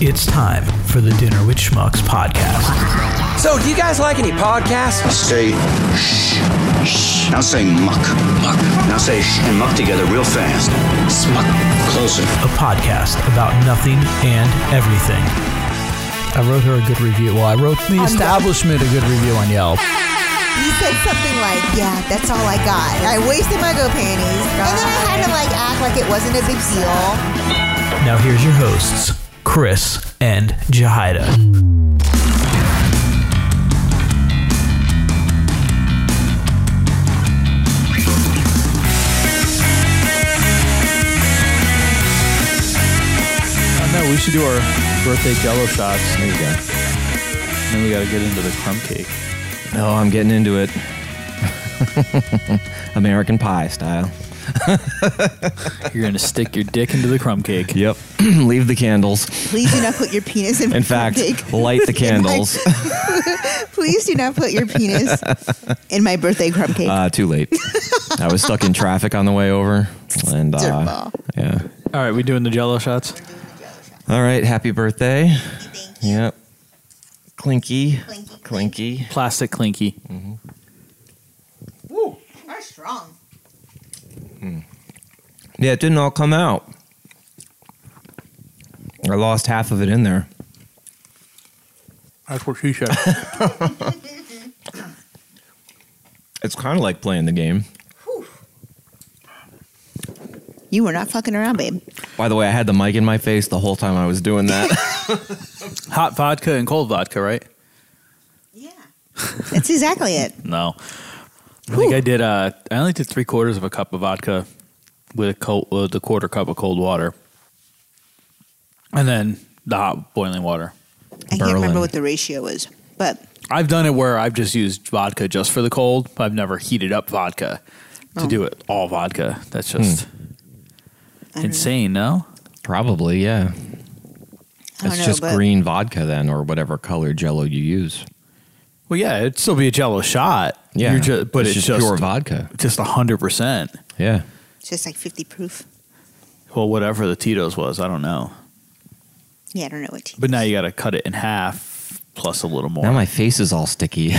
It's time for the Dinner with Schmucks podcast. So, do you guys like any podcasts? Say shh, shh. Now say muck, muck. Now say shh and muck together real fast. Smuck. Closer. A podcast about nothing and everything. I wrote her a good review. Well, I wrote the establishment a good review on Yelp. You said something like, "Yeah, that's all I got. I wasted my go panties," and then I had to like act like it wasn't a big deal. Now here's your hosts, Chris and Jahida. Oh, No, we should do our birthday jello shots. There you go. And then we got to get into the crumb cake. Oh, I'm getting into it. American pie style. You're going to stick your dick into the crumb cake. Yep. Leave the candles. Please do not put your penis in. In my fact, cake. light the candles. Please do not put your penis in my birthday crumb cake. Uh, too late. I was stuck in traffic on the way over. And uh, Dirtball. yeah. All right, we doing the jello shots? All right. Happy birthday. Yep. Clinky. Clinky. Plastic clinky. Are strong. Yeah, it didn't all come out. I lost half of it in there. That's what she said. It's kind of like playing the game. You were not fucking around, babe. By the way, I had the mic in my face the whole time I was doing that. Hot vodka and cold vodka, right? Yeah, that's exactly it. No. I think I did, uh, I only did three quarters of a cup of vodka with a, cold, with a quarter cup of cold water. And then the hot boiling water. I can't Berlin. remember what the ratio was, but I've done it where I've just used vodka just for the cold. But I've never heated up vodka to Oh. do it all vodka. That's just I don't insane, no? Probably, yeah. I don't It's know, just but green vodka then, or whatever color Jello you use. Well, yeah, it'd still be a Jello shot. Yeah, You're ju- but it's, just pure vodka. just hundred percent. Yeah, It's just like fifty proof. Well, whatever the Tito's was, I don't know. Yeah, I don't know what. Tea. But now you got to cut it in half plus a little more. now my face is all sticky.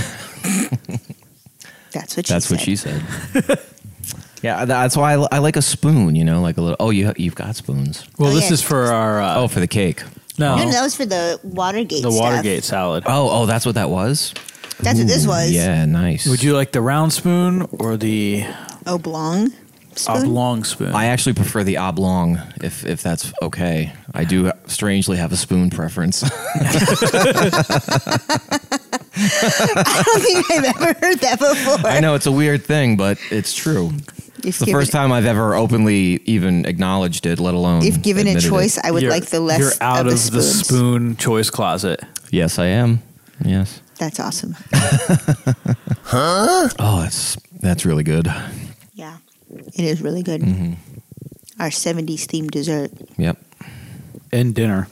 That's what she that's said. what she said. yeah, that's why I, li- I like a spoon. You know, like a little. Oh, you ha- you've got spoons. well, Oh, this yeah. is for our uh, Oh, for the cake. no, No, no, that was for the Watergate. the stuff. Watergate salad. Oh, oh, that's what that was. That's what this was. Yeah, nice. Would you like the round spoon or the Oblong. Spoon? oblong spoon? I actually prefer the oblong, if if that's okay. I do strangely have a spoon preference. I don't think I've ever heard that before. I know it's a weird thing, but it's true. It's the first time I've ever openly even acknowledged it, let alone If given a admitted it. choice, I would You're- like the less You're out of, of the spoons. spoon choice closet. Yes, I am. Yes. That's awesome. Oh, that's that's really good. Yeah, it is really good. Mm-hmm. Our '70s themed dessert Yep. And dinner.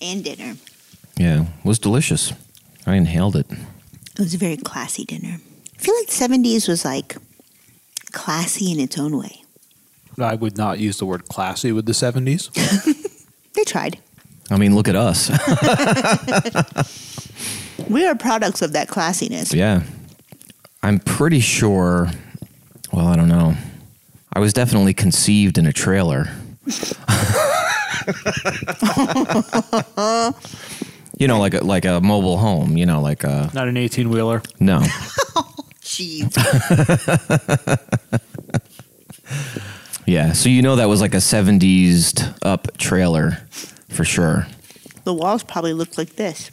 and dinner. Yeah, was delicious. I inhaled it. It was a very classy dinner. I feel like '70s was like classy in its own way. I would not use the word classy with the seventies. They tried. I mean, look at us. We are products of that classiness. yeah. I'm pretty sure. Well, I don't know. I was definitely conceived in a trailer. you know, like a, like a mobile home. You know, like a Not an eighteen wheeler. no. Jeez. Yeah, so you know that was like a 70s up trailer for sure. the walls probably looked like this.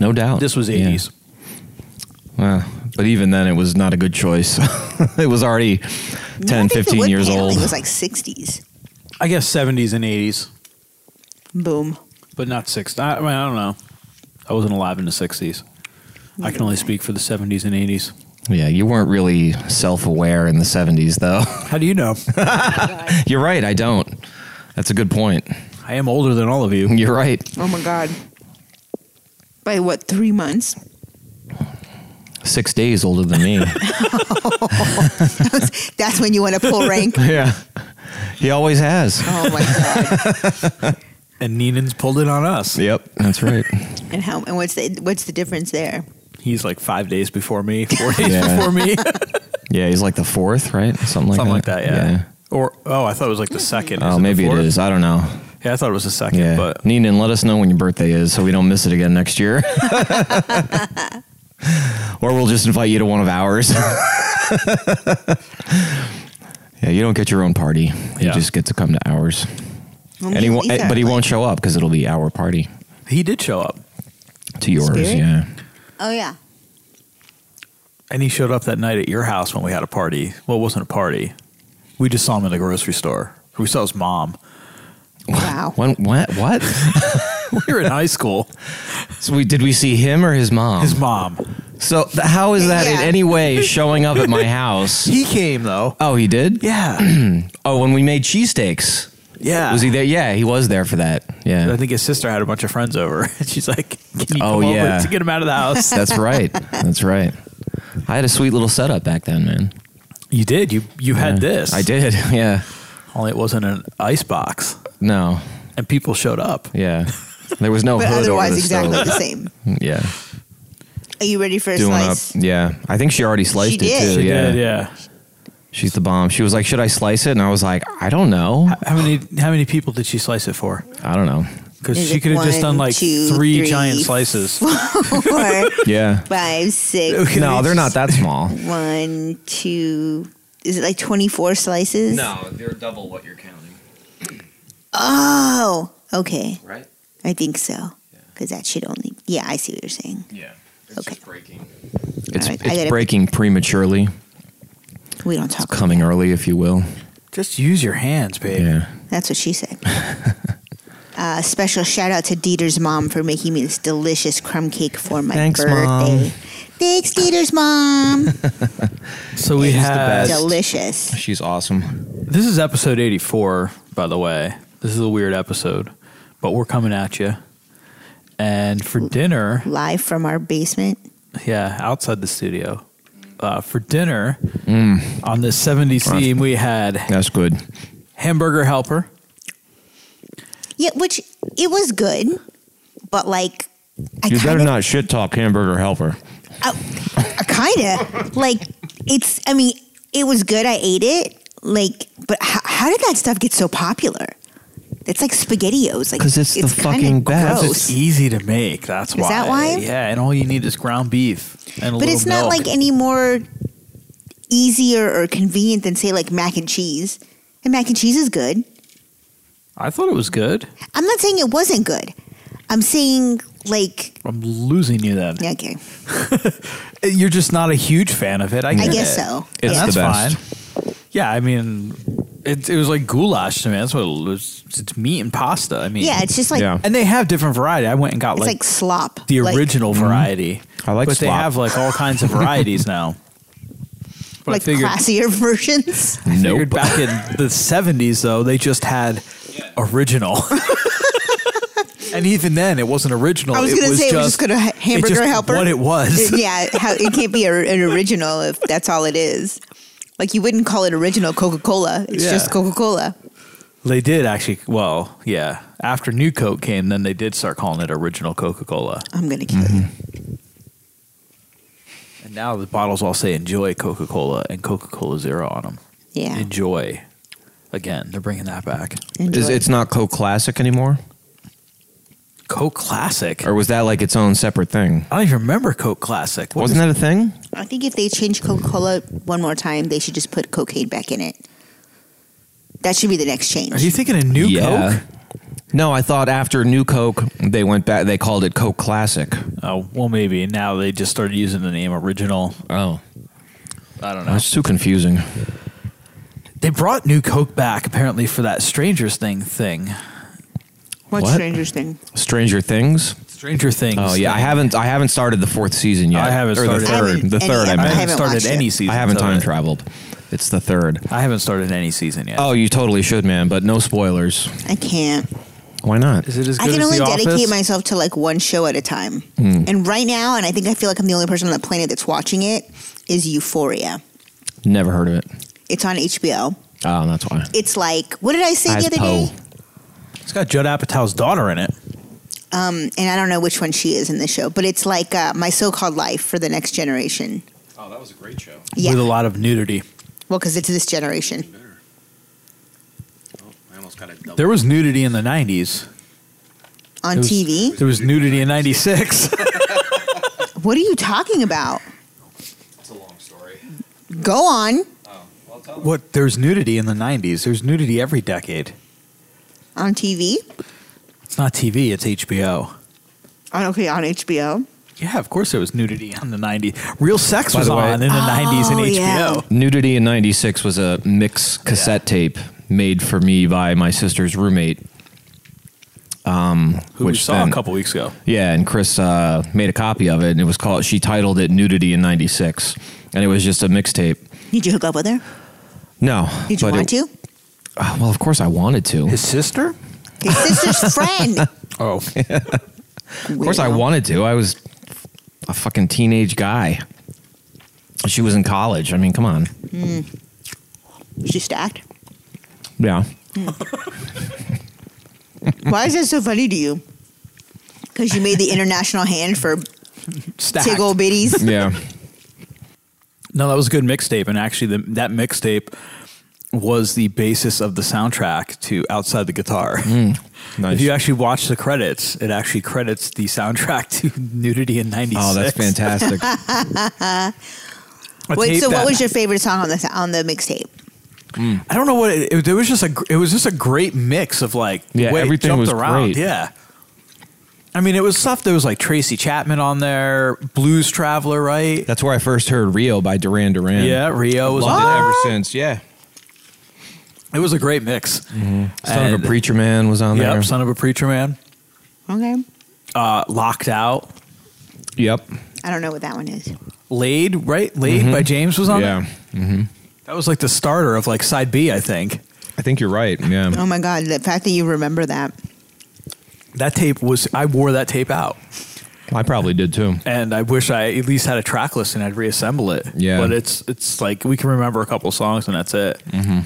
No doubt. This was Yeah. eighties. Well, but even then, it was not a good choice. it was already 10, 15 years old. It was like '60s. I guess seventies and eighties. Boom. but not six. I, I mean, I don't know. I wasn't alive in the sixties. I can only speak for the seventies and eighties. yeah, you weren't really self aware in the 70s, though. How do you know? You're right, I don't. That's a good point. I am older than all of you. You're right. Oh my god. By what, three months? Six days older than me. That's when you want to pull rank. yeah. He always has. Oh my god. and Neenan's pulled it on us. Yep, that's right. And how? And what's the what's the difference there? He's like five days before me, four days Yeah. before me, yeah, he's like the fourth, right? Something like something that. like that. Yeah. Or oh, I thought it was like the second. Oh, the maybe it fourth? is. I don't know. Yeah, I thought it was the second, Yeah. but Neenan, let us know when your birthday is so we don't miss it again next year. or we'll just invite you to one of ours. yeah, you don't get your own party. You Yeah. just get to come to ours. Well, And he won't, these are but he like- won't show up because it'll be our party he did show up, to yours. Scary. Yeah. Oh yeah. and he showed up that night at your house when we had a party. Well, it wasn't a party. We just saw him in the grocery store. We saw his mom. Wow. When, what? What? We were in high school. so we, did we see him or his mom? His mom. so th- how is that in Yeah. any way showing up at my house? He came though. oh, he did? Yeah. Oh, when we made cheesesteaks. yeah. Was he there? Yeah, he was there for that. I Yeah. think his sister had a bunch of friends over, and she's like, "Can you Oh, come yeah. over to get him out of the house?" That's right. That's right. I had a sweet little setup back then, man. you did. You you had this. I did. Yeah. Only it wasn't an ice box, No. and people showed up. Yeah. There was no But hood otherwise, over the exactly stove. the same. Yeah. Are you ready for a Doing up. slice? Yeah. I think she already sliced it did. too. She yeah. did, yeah. She's the bomb. She was like, "Should I slice it?" And I was like, "I don't know. How many how many people did she slice it for? I don't know." Because Is she it could have just one, done like two, three, three, giant slices. Four, Yeah. five, six. No, they're not that small. One, two. Is it like twenty-four slices? they're double what you're counting, Oh. Okay. right? I think so. Because that should only. Yeah, I see what you're saying. Yeah. It's Okay. just breaking. It's, All right, I gotta- breaking prematurely, We don't talk. coming early, if you will. Just use your hands, babe. Yeah. That's what she said. uh, special shout out to Dieter's mom for making me this delicious crumb cake for my Thanks, birthday. Mom. Thanks, Dieter's mom. So we had delicious. She's awesome. this is episode eighty four, by the way. This is a weird episode, but we're coming at you. And for dinner, Live from our basement. yeah, outside the studio. Uh, for dinner on the 70s theme, we had That's good. hamburger helper. Yeah, which it was good, but like I You kind better of, not shit talk hamburger helper. I kind of like it's. I mean, it was good. I ate it. Like, but how, how did that stuff get so popular? It's like SpaghettiOs. Like, 'Cause it's the kinda fucking best. gross. It's easy to make. That's why. that why? Yeah, and all you need is ground beef and a but little it's not milk. like any more easier or convenient than say like mac and cheese. And mac and cheese is good. I thought it was good. I'm not saying it wasn't good. I'm saying like I'm losing you then. yeah, okay, You're just not a huge fan of it. I, I get guess it. so. It's yeah. That's the best. fine. Yeah, I mean, it, it was like goulash to me. That's what it was. It's meat and pasta. I mean, yeah, it's just like Yeah. and they have different variety. I went and got it's like, like, slop. the Like- original variety. Mm-hmm. I like but they slop. have like all kinds of varieties now. But like I figured, classier versions. I figured Nope. back in the '70s though, they just had original. And even then, it wasn't original. I was It gonna was say just, it was just gonna ha- it's hamburger just helper. What it was. It- yeah, how, it can't be a, an original if that's all it is. Like you wouldn't call it original Coca Cola. It's Yeah. just Coca Cola. They did actually. Well, yeah. After New Coke came, then they did start calling it original Coca Cola, I'm gonna kill Mm-hmm. you. and now the bottles all say "Enjoy Coca Cola" and Coca Cola Zero on them. Yeah, Enjoy. Again, they're bringing that back. Is, enjoy. it's not Coke Classic anymore, Coke Classic. or was that like its own separate thing? I don't even remember Coke Classic. What Wasn't is- that a thing? I think if they change Coca Cola one more time, they should just put cocaine back in it. That should be the next change. Are you thinking a New Coke? No, I thought after New Coke, they went back. They called it Coke Classic. Oh well, maybe now they just started using the name original. Oh, I don't know. that's too confusing. They brought New Coke back apparently for that Strangers Thing thing. What's What? Stranger Thing? Stranger Things. Stranger Things. Oh yeah, I thing. haven't. I haven't started the fourth season yet. I haven't or started the it. I haven't third. The any third. of I it. I mean, haven't haven't started watched any it. season. I haven't time traveled. It's the third. I haven't started any season yet. Oh, you totally should, man. But no spoilers. I can't. Why not? Is it as I good can as only The dedicate Office? Hmm. myself to like one show at a time. And right now, and I think I feel like I'm the only person on the planet that's watching it, is Euphoria. Never heard of it. It's on HBO. Oh, that's why. It's like, what did I say the Eyes other Poe. day? It's It's got Judd Apatow's daughter in it. Um, and I don't know which one she is in the show, but it's like uh, my so-called life for the next generation. Oh, that was a great show. Yeah, With a well, lot of nudity. because it's this generation. I almost got it. There was nudity in the 90s. on It was- TV. There was nudity in 96. What are you talking about? That's a long story. Go on Oh, well, tell what? There's nudity in the 90s. There's nudity every decade. on TV. It's not TV, it's HBO. On okay on HBO. Yeah, of course there was nudity on the 90s. Real sex By was the way- on in the 90s in Oh, HBO. yeah. Nudity in 96 was a mix cassette tape made for me by my sister's roommate. Um, Who which we saw then- a couple weeks ago. Yeah, and Chris uh, made a copy of it, and it was called, she titled it Nudity in 96. And it was just a mixtape. Did you hook up with her? No. Did you but want it- to? Uh, well, of course I wanted to. His sister? His sister's friend. Oh. Of course, I wanted to. I was a fucking teenage guy. She was in college. I mean, come on. She stacked. Yeah. Why is that so funny to you? Because you made the international hand for Stacked. tig old biddies. Yeah. No, that was a good mixtape, and actually, the, that mixtape was the basis of the soundtrack to Outside the Guitar. Hmm, nice. If you actually watch the credits, it actually credits the soundtrack to Nudity in '96. oh, that's fantastic. A Wait, tape so that- what was your favorite song on the on the mixtape? I don't know what it, it, there was just a gr- it was just a great mix of like the Yeah, way it everything jumped was around. great. Yeah, I mean, it was stuff that was like Tracy Chapman on there, Blues Traveler, right? that's where I first heard Rio by Duran Duran. Yeah, Rio was Loved on it there. ever since. Yeah. It was a great mix. Mm-hmm. Son And- of a Preacher Man was on there. Yep, son of a preacher man. Okay. Uh, locked out. Yep. I don't know what that one is. Laid, right? Laid by James was on it. Mm-hmm. Yeah. That was like the starter of like side B, I think. I think you're right. Yeah. Oh my god, the fact that you remember that. That tape was I wore that tape out. I probably did too. And I wish I at least had a track list and I'd reassemble it. Yeah. But it's it's like we can remember a couple songs and that's it. Mm-hmm.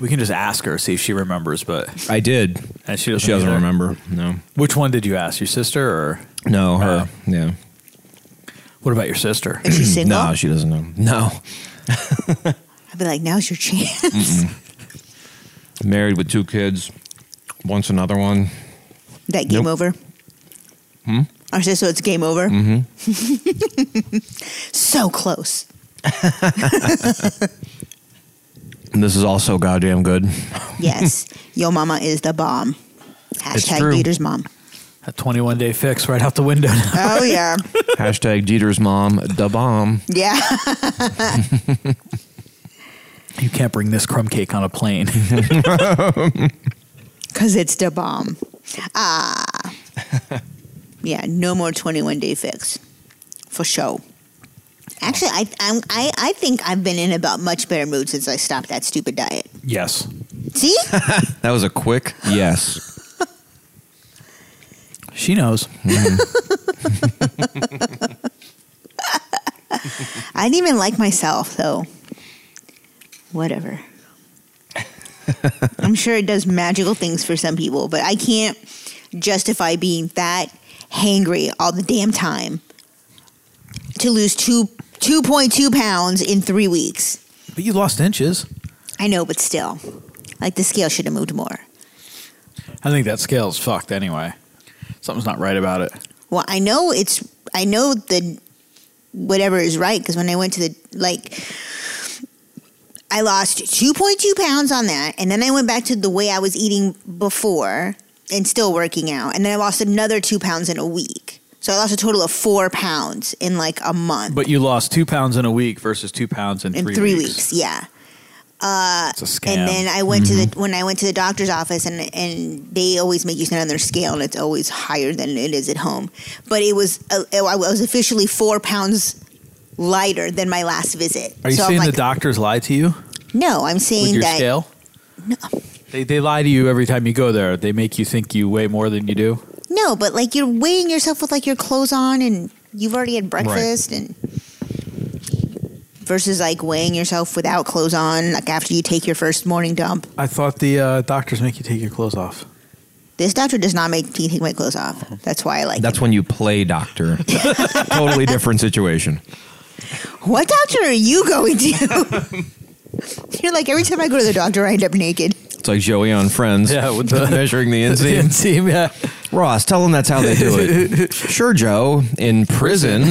We can just ask her, see if she remembers, but I did. and she doesn't, She doesn't either. remember. No. Which one did you ask? Your sister or No, her. Uh, yeah. what about your sister? Is she single? No, she doesn't know. No. I'd be like, now's your chance. Married with two kids. Once another one. That game Nope. Hmm? over. I said, so it's game over. Mm-hmm. so close. And this is also goddamn good. Yes, yo mama is the bomb. Hashtag true. Peter's mom. A twenty one day fix right out the window now. Oh yeah, Hashtag Dieter's mom, da bomb. yeah. You can't bring this crumb cake on a plane. Cause it's the bomb. Ah. yeah. No more twenty-one day fix, for sure. Actually, I, I'm, I I think I've been in about much better mood since I stopped that stupid diet. yes. See, That was a quick yes. She knows. I didn't even like myself though. Whatever. I'm sure it does magical things for some people, but I can't justify being that hangry all the damn time to lose two two point two pounds in three weeks. But you lost inches. I know, but still, like the scale should have moved more. I think that scale's fucked anyway. Something's not right about it. Well, I know it's I know the whatever is right because when I went to the like I lost 2.2 pounds on that and then I went back to the way I was eating before and still working out and then I lost another 2 pounds in a week. So I lost a total of 4 pounds in like a month. But you lost two pounds in a week versus two pounds in, in three, 3 weeks. weeks, yeah. It's a scam. And then I went to the Mm-hmm. when I went to the doctor's office, and and they always make you stand on their scale, and it's always higher than it is at home. But it was uh, I was officially four pounds lighter than my last visit. Are you so saying I'm the like, doctors lie to you no, I'm with saying your that scale? They, they lie to you every time you go there. They make you think you weigh more than you do. no, but like you're weighing yourself with like your clothes on, and you've already had breakfast, and versus like weighing yourself without clothes on, like after you take your first morning dump. I thought the uh, doctors make you take your clothes off. This doctor does not make me take my clothes off. Uh-huh. That's why I like That's That's when you play doctor. totally different situation. What doctor are you going to? You're like, every time I go to the doctor, I end up naked. It's like Joey on Friends. Yeah, with the- measuring the inseam. Team, yeah. Ross, tell them that's how they do it. sure, Joe. In prison.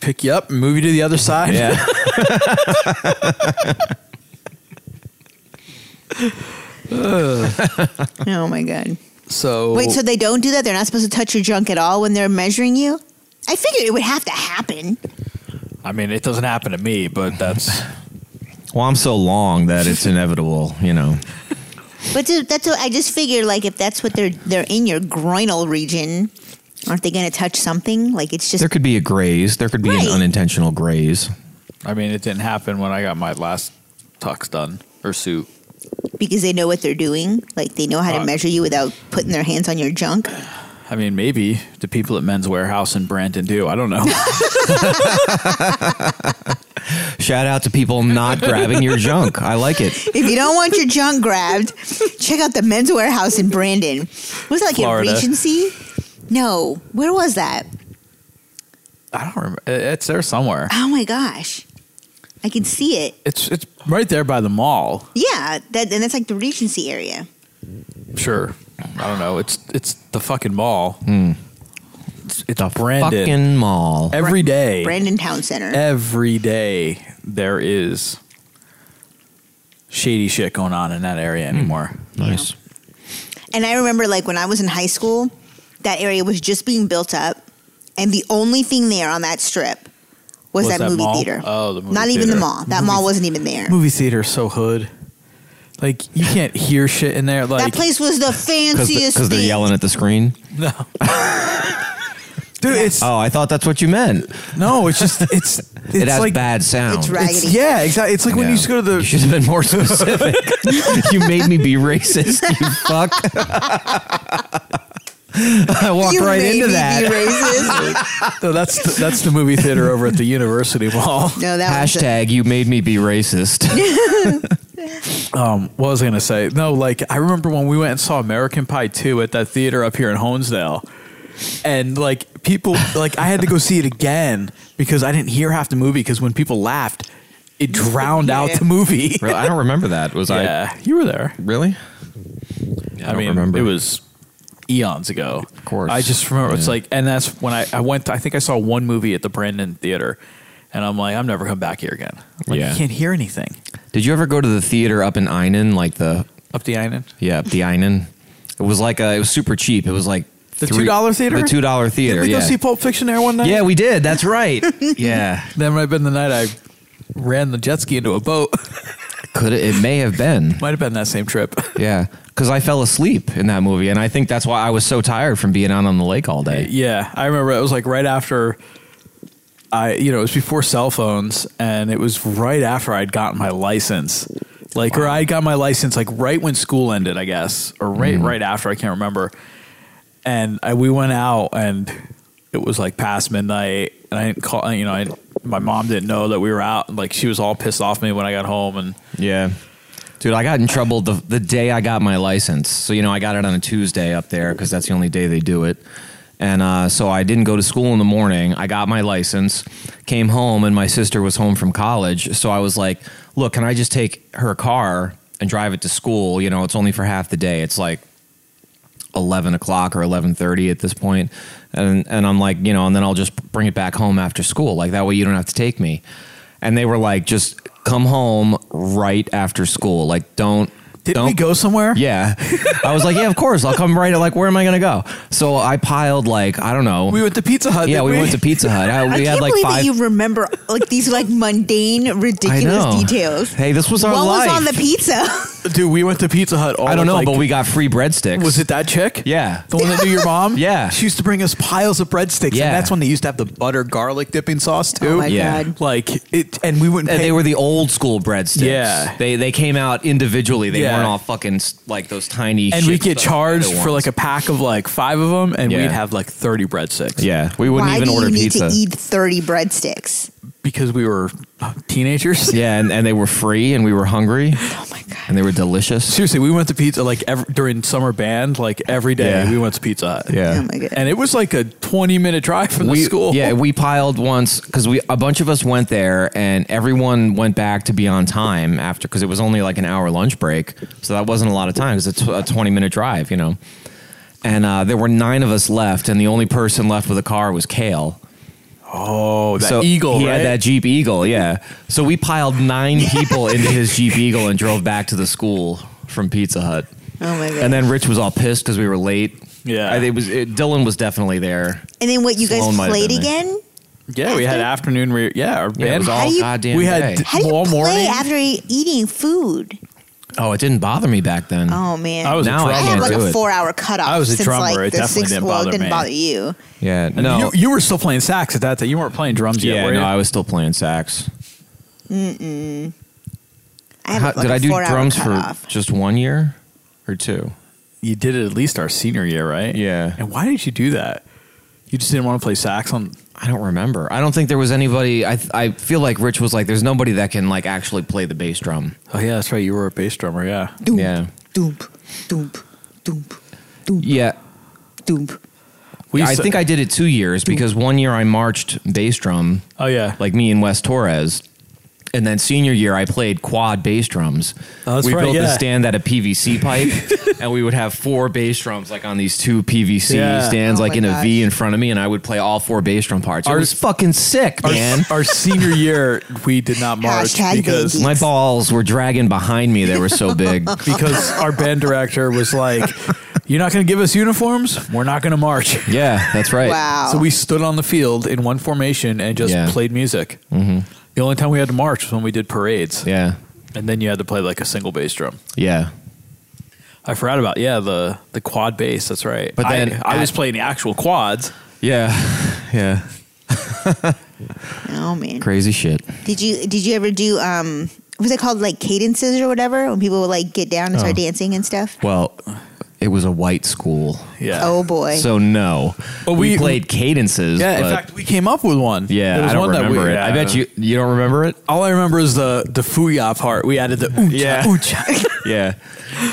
Pick you up and move you to the other side. yeah. Oh my God. So Wait, so they don't do that? They're not supposed to touch your junk at all when they're measuring you? I figured it would have to happen. I mean, it doesn't happen to me, but that's Well, I'm so long that it's inevitable, you know. But to, that's what I just figured. Like if that's what they're they're in your groinal region, aren't they going to touch something? Like it's just There could be a graze. There could be Right. an unintentional graze. I mean, it didn't happen when I got my last tux done or suit. because they know what they're doing. Like they know how to Uh, measure you without putting their hands on your junk. I mean, maybe the people at Men's Warehouse in Brandon do. I don't know. Shout out to people not grabbing your junk. I like it. If you don't want your junk grabbed, check out the men's warehouse in Brandon. Was that like Florida. at Regency? No, where was that? I don't remember. It- It's there somewhere. Oh my gosh, I can see it. It's it's right there by the mall. Yeah, that and that's like the Regency area. Sure. I don't know. It's it's the fucking mall. It's, it's Brandon. Hmm. Fucking mall. every day. Brandon Town Center. Eh. Every day there is shady shit going on in that area anymore. Hmm. Nice. And I remember like when I was in high school, that area was just being built up, and the only thing there on that strip was, Was that, that movie mall? theater. Oh, the movie Not even the theater. mall. That mall wasn't even there. Movie theater is so hood. Like you can't hear shit in there. Like that place was the fanciest Because they're thing. yelling at the screen. no. Dude, it's Oh, I thought that's what you meant. no, it's just it's it's it has like bad sound. It's raggedy. it's, yeah, exactly. It's like when you Yeah. used to go to You the should have been more specific. you made me be racist. You fuck. I walked You right made into me be that. racist. no, that's the, that's the movie theater over at the University Mall. no, that was a- Hashtag you made me be racist. Um, what was I gonna say? No, like I remember when we went and saw American Pie two at that theater up here in Honesdale, and like people, like I had to go see it again because I didn't hear half the movie because when people laughed, it drowned out the movie. Really? I don't remember that. Was I Yeah, you were there. really? I, don't mean, remember. it was eons ago. Of course. I just remember it's Yeah. like, and that's when I, I went, I think I saw one movie at the Brandon Theater, and I'm like, I'm never coming back here again. Like, Yeah. You can't hear anything Did you ever go to the theater up in Einan? Like the up the island. yeah, up the Einan. It was like a, it was super cheap. It was like The three- $2 theater? The two dollar theater. Did we yeah. go see Pulp Fiction there one night? yeah, we did. That's right. yeah, That might have been the night I ran the jet ski into a boat. could it may have been. might have been that same trip. Yeah, because I fell asleep in that movie, and I think that's why I was so tired from being out on the lake all day. yeah, I remember it was like right after I, you know, it was before cell phones, and it was right after I'd gotten my license. Like, or I got my license like right when school ended, I guess, or right right after. I can't remember. And I, we went out, and it was like past midnight, and I didn't call. You know, I, my mom didn't know that we were out. and Like, she was all pissed off at me when I got home, and Yeah. Dude, I got in trouble the, the day I got my license. So, you know, I got it on a Tuesday up there because that's the only day they do it. And uh, so I didn't go to school in the morning. I got my license, came home, and my sister was home from college. So I was like, look, can I just take her car and drive it to school? You know, it's only for half the day. It's like 11 o'clock or 11.30 at this point and, and i'm like you know and then i'll just bring it back home after school like that way you don't have to take me and they were like just come home right after school like don't didn't don't we go somewhere? yeah i was like yeah of course i'll come right like where am i gonna go so i piled like i don't know we went to Pizza Hut. yeah didn't we, went to pizza hut I, we I had can't like believe five that you remember like these like mundane, I ridiculous know. details. hey this was our What life was on the pizza? Dude, we went to Pizza Hut. All i don't of, know like, but we got free breadsticks was it that chick? yeah the one that knew your mom. Yeah. she used to bring us piles of breadsticks. Yeah. and that's when they used to have the butter garlic dipping sauce too. oh my Yeah. god! Like it, and we wouldn't. And pay- they were the old school breadsticks. Yeah. they they came out individually. They Yeah. weren't all fucking s- like those tiny. and we shit get stuff charged ones. for like a pack of like five of them, and Yeah. we'd have like thirty breadsticks. Yeah, we wouldn't Why even do order you need pizza. to eat thirty breadsticks? because we were teenagers. Yeah, and, and they were free, and we were hungry. Oh my god! and they were delicious. Seriously, we went to pizza like every, during summer band, like every day Yeah. we went to Pizza Hut. Yeah. Oh my god. And it was like a 20 minute drive from we, the school. Yeah, we piled once because we a bunch of us went there, and everyone went back to be on time after because it was only like an hour lunch break, so that wasn't a lot of time because it's a twenty minute drive, you know. And uh, there were nine of us left, and the only person left with a car was Kale. Oh, that Eagle, he right? had that Jeep Eagle, yeah. So we piled nine people into his Jeep Eagle and drove back to the school from Pizza Hut. oh my god. And then Rich was all pissed because we were late. Yeah. I, it was it, Dylan was definitely there. And then what? You guys Sloan might have played been there. again? yeah, we had afternoon. Re- yeah, our Yeah, it band. was How all do you- goddamn we day. had How do you all play morning. after e- eating food? Oh, it didn't bother me back then. Oh man. I was Now a I I drummer. had like do a it. four-hour cutoff. I was a since drummer. like It the definitely sixth, didn't well, bother it didn't me. bother you. yeah, And no, you, you were still playing sax at that time. You weren't playing drums yet, yeah, were no. you? I was still playing sax. I had How- like did a I do four-hour drums for cutoff. just one year or two? you did it at least our senior year, right? Yeah. And why did you do that? You just didn't want to play sax on. I don't remember. I don't think there was anybody. I I feel like Rich was like, "There's nobody that can like actually play the bass drum." Oh yeah, that's right. You were a bass drummer. Yeah. Doomp, Yeah. doomp, doomp, doomp, doomp, Yeah, doomp. We I s- think I did it two years because one year I marched bass drum, Oh yeah. like me and Wes Torres. And then senior year, I played quad bass drums. Oh, that's we right, built the yeah. stand out of PVC pipe, and we would have four bass drums like on these two PVC Yeah. stands, Oh like my in a gosh. V in front of me, and I would play all four bass drum parts. Our- it was fucking sick, our, man. our senior year, we did not march Hashtag because baby. My balls were dragging behind me; they were so big. because our band director was like, "You're not going to give us uniforms. We're not going to march." yeah, that's right. Wow. So we stood on the field in one formation and just Yeah. played music. Mm-hmm. The only time we had to march was when we did parades, Yeah, and then you had to play like a single bass drum. yeah. I forgot about yeah the the quad bass. That's right. But I- then I, was at- playing the actual quads. Yeah, yeah. Oh man. Crazy shit. Did you did you ever do um was it called like cadences or whatever when people would like get down and start Oh. dancing and stuff? Well, it was a white school, Yeah. Oh boy. so no. But we, we- played cadences. yeah. In but- fact, we came up with one. yeah, There was I don't one that we- remember it. I bet you you don't remember it. All I remember is the the fuya part. We added the ooh Yeah. yeah. Yeah,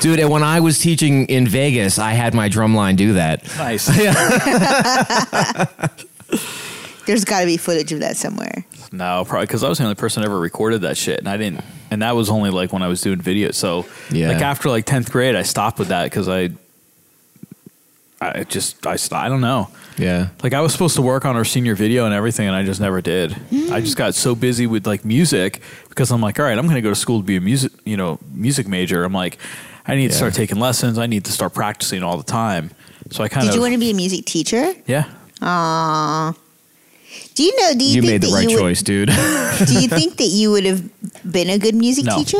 dude. And when I was teaching in Vegas, I had my drum line do that. Nice. There's got to be footage of that somewhere. No, probably because I was the only person that ever recorded that shit, and I didn't. And that was only like when I was doing video. So, Yeah. like after like tenth grade, I stopped with that because I, I just I st- I don't know. Yeah, Like I was supposed to work on our senior video and everything, and I just never did. I just got so busy with like music because I'm like, all right, I'm going to go to school to be a music, you know, music major. I'm like, I need to Yeah. start taking lessons. I need to start practicing all the time. So I kind Did of you want to be a music teacher? yeah. Do you know do you, you think made the that right you choice, dude. Would, do you think that you would have been a good music No. teacher?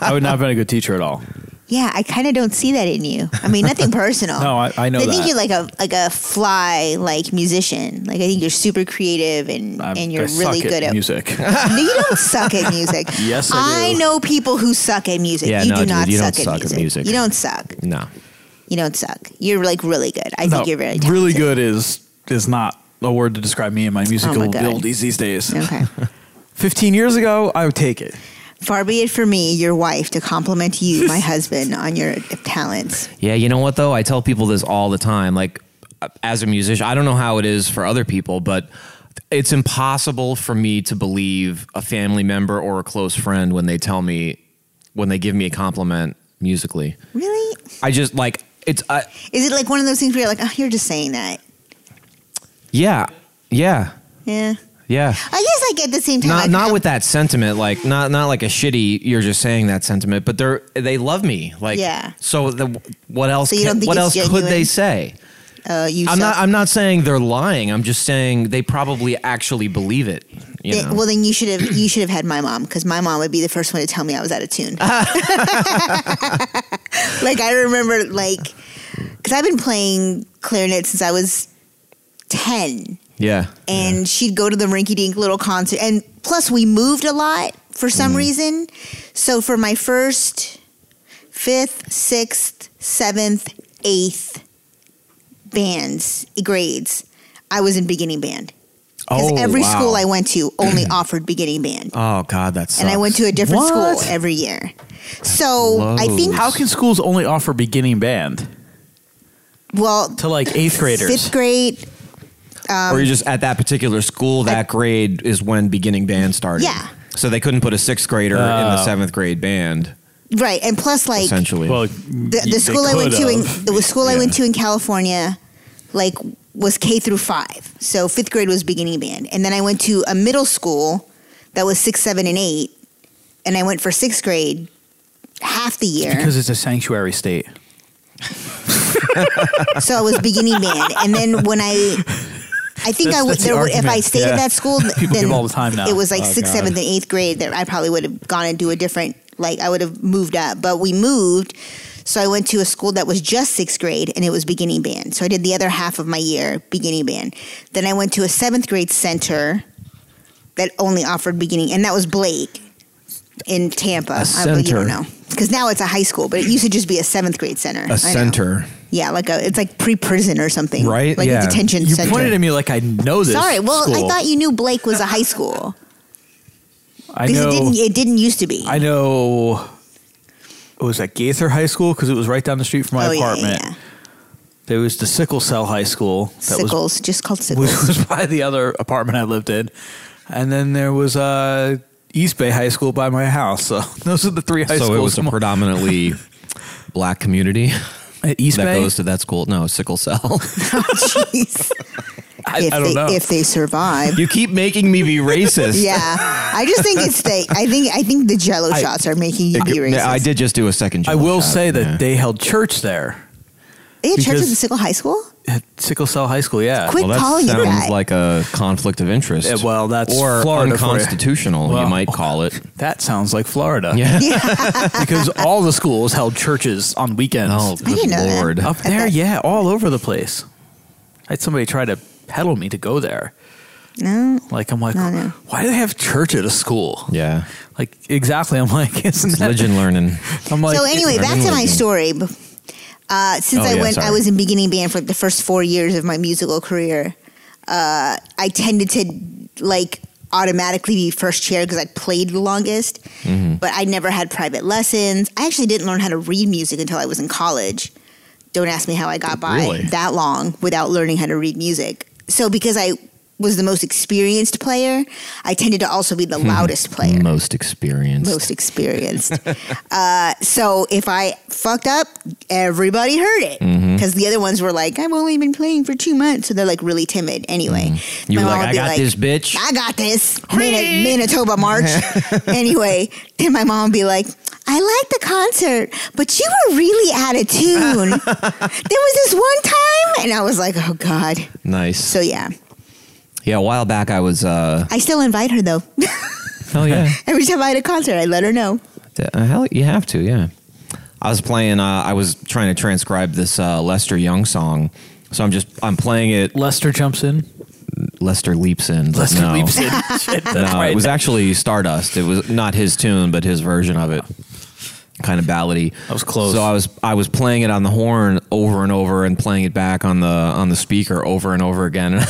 I would not have been a good teacher at all. Yeah, I kind of don't see that in you. I mean, nothing personal. No, I- I know I think that. you're like a like a fly like musician. Like I think you're super creative and I'm- and you're I really suck good at. music. No, you don't suck at music. Yes, I do. know people who suck at music. Yeah, you no, do dude, not you don't suck, suck at, at music. music. You don't suck. no. You don't suck. You're like really good. I No, think you're very talented. really good is is not a word to describe me and my musical Oh my God. abilities these days. Okay. Fifteen years ago, I would take it. Far be it for me, your wife, to compliment you, my husband, on your talents. Yeah, you know what though? I tell people this all the time. Like, uh, as a musician, I don't know how it is for other people, but it's impossible for me to believe a family member or a close friend when they tell me, when they give me a compliment musically. Really? I just like it's. I, Is it like one of those things where you're like, oh, you're just saying that? yeah, yeah, Yeah. yeah. I guess like at the same time, Not like, not with that sentiment, like not not like a shitty. You're just saying that sentiment, but they're they love me, like Yeah. So the, what else? So you don't can- think what else it's could they genuine? say? uh, you. suck. I'm not. I'm not saying they're lying. I'm just saying they probably actually believe it. You Th- know? Well, then you should have you should have had my mom because my mom would be the first one to tell me I was out of tune. like I remember, like because I've been playing clarinet since I was ten, yeah. and she'd go to the rinky-dink little concert, and plus we moved a lot for Mm-hmm. some reason. So for my first, fifth, sixth, seventh, e eighth bands grades, I was in beginning band. Because Oh, every wow. school I went to only offered beginning band. Oh God, that sucks. and I went to a different What? school every year. So I think, How can schools only offer beginning band well, to like eighth graders? fifth grade, or um, you just at that particular school. That grade is when beginning band started. Yeah. So they couldn't put a sixth grader in the Oh. seventh grade band. right. And plus, like, essentially, Well, the, the school I went to in the school I went to Yeah. in California, like was K through five. So fifth grade was beginning band, and then I went to a middle school that was six, seven, and eight, and I went for sixth grade half the year. because it's a sanctuary state. so I was beginning band, and then when I. I think I would, that's the there would if I argument, stayed yeah. at that school, People then give all the time now. It was like Oh, sixth, God. seventh, and eighth grade that I probably would have gone and do a different. Like I would have moved up, but we moved, so I went to a school that was just sixth grade and it was beginning band. So I did the other half of my year beginning band. Then I went to a seventh grade center that only offered beginning, and that was Blake in Tampa. I really center. don't know because now it's a high school, but it used to just be a seventh grade center. I know. a center. Yeah, like a it's like pre prison or something, Right? Like Yeah. a detention You center. pointed at me like I know this. Sorry, well, I school. thought you knew Blake was a high school I because it know. didn't it didn't used to be. I know. It was at Gaither High School because it was right down the street from my Oh, yeah, apartment. yeah, yeah. There was the Sickle Cell High School that was Sickles, just called which Sickles. was by the other apartment I lived in. And then there was uh, East Bay High School by my house. So those are the three high so schools. it was a predominantly black community at East that Bay. goes to that school. No, sickle cell. Jeez. I, if I don't they know. if they survive. you keep making me be racist. yeah, I just think it's the I think I think the Jello I- shots are making you be racist. I did just do a second. I jump will shot, say that yeah. they held church there They had church at because- the Sickle High School. at Sickle Cell High School. Yeah. Quit well, that calling it sounds that. like a conflict of interest. Yeah, well, that's or Florida for you. unconstitutional. Well, you might call it. That sounds like Florida. Yeah. because all the schools held churches on weekends. Oh, I good didn't know that. lord! Up there, yeah, all over the place. I had somebody try to peddle me to go there. no, Like I'm like, No, no. why do they have church at a school? Yeah, Like exactly. I'm like, isn't it's that? religion learning. I'm like, so anyway, it- back to my story. B- Uh, since Oh, I yeah, went, I sorry. was in beginning band for like the first four years of my musical career. Uh, I tended to like automatically be first chair because I played the longest, Mm-hmm. but I never had private lessons. I actually didn't learn how to read music until I was in college. Don't ask me how I got by Really? that long without learning how to read music. So because I was the most experienced player, I tended to also be the Hmm. loudest player Most experienced. most experienced. uh, so if I fucked up, everybody heard it Mm-hmm. because the other ones were like, "I've only been playing for two months," so they're like really timid. Anyway, Mm-hmm. You My were mom like, would be I got this bitch. I got this. Mani- Manitoba March. anyway, then my mom would be like, I liked the concert, but you were really out of tune. there was this one time, and I was like, oh God. nice. So yeah, yeah, a while back I was. uh I still invite her though. Oh yeah. Every time I had a concert, I let her know. Uh, hell, you have to, yeah. I was playing. Uh, I was trying to transcribe this uh, Lester Young song, so I'm just I'm playing it. Lester jumps in. Lester leaps in. but Lester no. leaps in. Shit, that's No, right. it was actually Stardust. It was not his tune, but his version of it, kind of ballady. That was close. So I was I was playing it on the horn over and over, and playing it back on the on the speaker over and over again.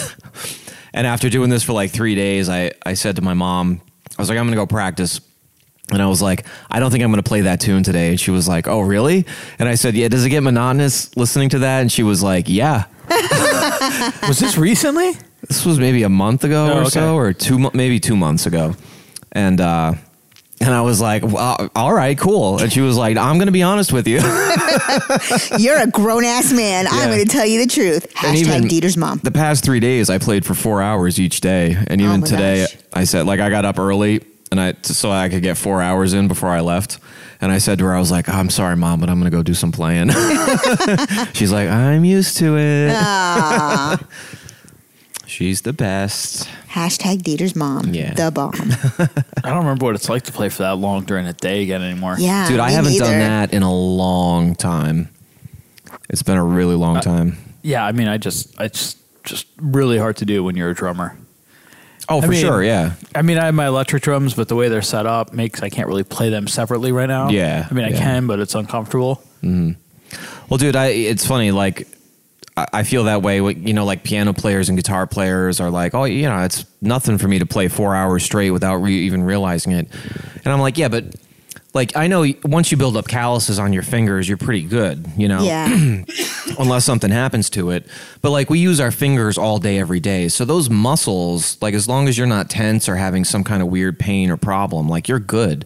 and after doing this for like three days, I I said to my mom, I was like, I'm gonna go practice. And I was like, I don't think I'm going to play that tune today. And she was like, Oh, really? And I said, Yeah, does it get monotonous listening to that? And she was like, Yeah. was this recently? this was maybe a month ago Oh, or okay. so, or two, mo- maybe two months ago, and uh, and I was like, well, "All right, cool." And she was like, "I'm going to be honest with you." You're a grown ass man. I'm Yeah. going to tell you the truth. Hashtag And even Dieter's mom. The past three days, I played for four hours each day, and Oh even my today, gosh. I said like I got up early and I so I could get four hours in before I left. And I said to her, I was like, "I'm sorry, mom, but I'm going to go do some playing." She's like, "I'm used to it." Ah, She's the best. Hashtag Dieter's mom. Yeah. The bomb. I don't remember what it's like to play for that long during a day again anymore. Yeah. Dude, I me haven't done neither. that in a long time. It's been a really long time. yeah. I mean, I just, it's just really hard to do when you're a drummer. Oh, I for mean- sure. Yeah. I mean, I have my electric drums, but the way they're set up makes I can't really play them separately right now. Yeah, I mean, I yeah. can, but it's uncomfortable. Well, dude, I it's funny. Like, I- I feel that way. with- You know, like piano players and guitar players are like, oh, you know, it's nothing for me to play four hours straight without re- even realizing it. And I'm like, yeah, but like I know y- once you build up calluses on your fingers, you're pretty good. You know, yeah. unless something happens to it. But like we use our fingers all day, every day. So those muscles, like as long as you're not tense or having some kind of weird pain or problem, like you're good.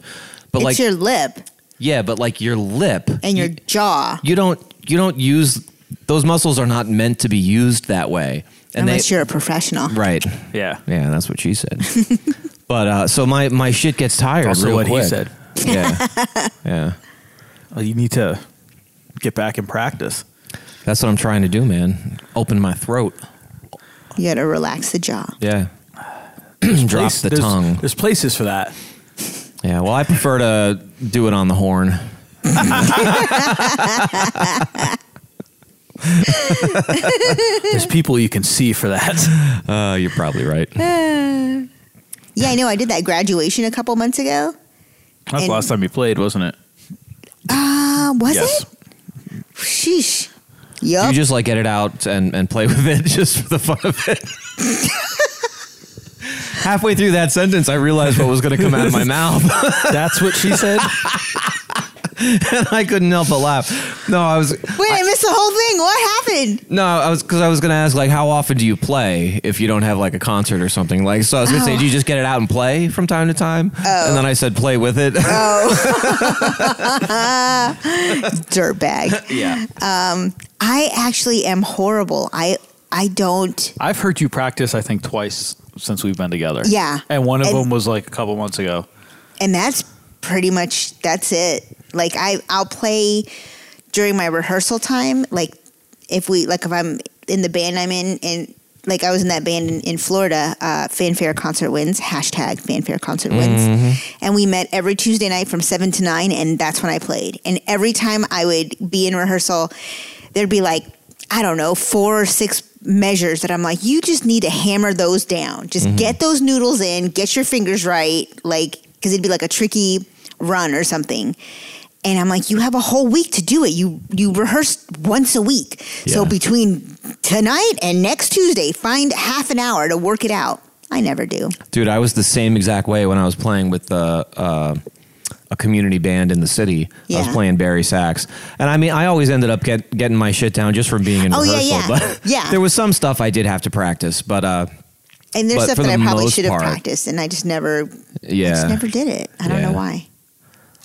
But it's like your lip yeah, but like your lip and your you, jaw, you don't you don't use those muscles are not meant to be used that way. And unless they you're a professional. right. Yeah. Yeah, that's what she said. but uh so my my shit gets tired Also, real what quick. he said. Yeah. yeah. Well, You need to get back and practice. That's what I'm trying to do, man. Open my throat. You got to relax the jaw. Yeah. Drop Place- the there's- tongue. There's places for that. Yeah, well, I prefer to do it on the horn. There's people you can see for that. Uh, you're probably right. Yeah, I know. I did that graduation a couple months ago. That's And- the last time you played, wasn't it? Uh, was Yes. it? Sheesh. Yup. You just like get it out and, and play with it just for the fun of it. Halfway through that sentence, I realized what was going to come out of my mouth, That's what she said. and I couldn't help but laugh. No, I was Wait, I missed the whole thing. What happened? no, I was because I was going to ask like, how often do you play if you don't have like a concert or something? Like, so I was going to say, do you just get it out and play from time to time? And Oh. then I said, play with it. Dirtbag. Um, yeah. I actually am horrible. I I don't. I've heard you practice, I think, twice since we've been together. Yeah. And one of And- them was like a couple months ago. And that's pretty much that's it. Like I I'll play during my rehearsal time. Like if we like if I'm in the band I'm in and like I was in that band in, in Florida, uh, Fanfare Concert Wins hashtag Fanfare Concert Wins, and we met every Tuesday night from seven to nine, and that's when I played. And every time I would be in rehearsal, there'd be like I don't know four or six measures that I'm like, you just need to hammer those down. Just get those noodles in, get your fingers right, like because it'd be like a tricky run or something. And I'm like, you have a whole week to do it. You you rehearse once a week. So Yeah. between tonight and next Tuesday, find half an hour to work it out. I never do. Dude, I was the same exact way when I was playing with uh, uh, a community band in the city. I was Yeah. playing Barry Sachs, and I mean, I always ended up get, getting my shit down just from being in Oh, yeah, yeah. rehearsal. But Yeah. there was some stuff I did have to practice, but uh, And there's But stuff for that I the probably most should have part- practiced, and I just never, I yeah, just never did it. I don't know Yeah. why.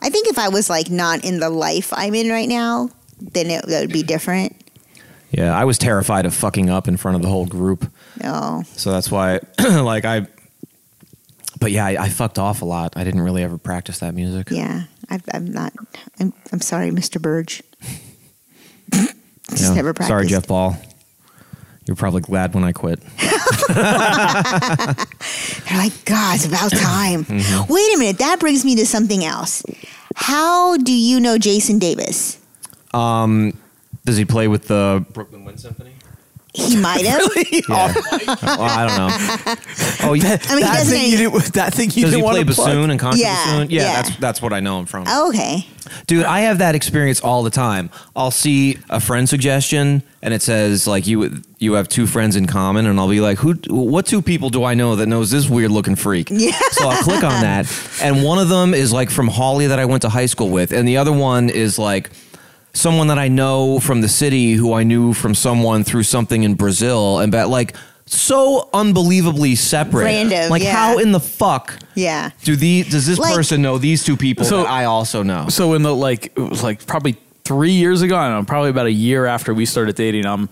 I think if I was like not in the life I'm in right now, then it that would be different. yeah. I was terrified of fucking up in front of the whole group, Oh, so that's why, like, I. But yeah, I, I fucked off a lot. I didn't really ever practice that music. yeah, I've, I'm not. I'm, I'm sorry, Mr. Burge. just Yeah. never Sorry, practiced. Jeff Ball. You're probably glad when I quit. They're like, God, it's about time. Mm-hmm. Wait a minute. That brings me to something else. How do you know Jason Davis? Um, Does he play with the Brooklyn Wind Symphony? He might have. Yeah. well, I don't know. Oh, yeah. Oh I mean, he doesn't. thing you didn't, that thing you Does didn't he want play to plug. bassoon and contra Yeah, bassoon? Yeah, yeah. that's that's what I know him from. Oh, okay. Dude, I have that experience all the time. I'll see a friend suggestion and it says like you you have two friends in common and I'll be like, "Who what two people do I know that knows this weird looking freak?" Yeah. So I'll click on that and one of them is like from Holly that I went to high school with and the other one is like someone that I know from the city who I knew from someone through something in Brazil and but like so unbelievably separate. Random, Like yeah. how in the fuck Yeah. do the does this Like- person know these two people So- that I also know? So in the like, it was like probably three years ago. I don't know, probably about a year after we started dating. I'm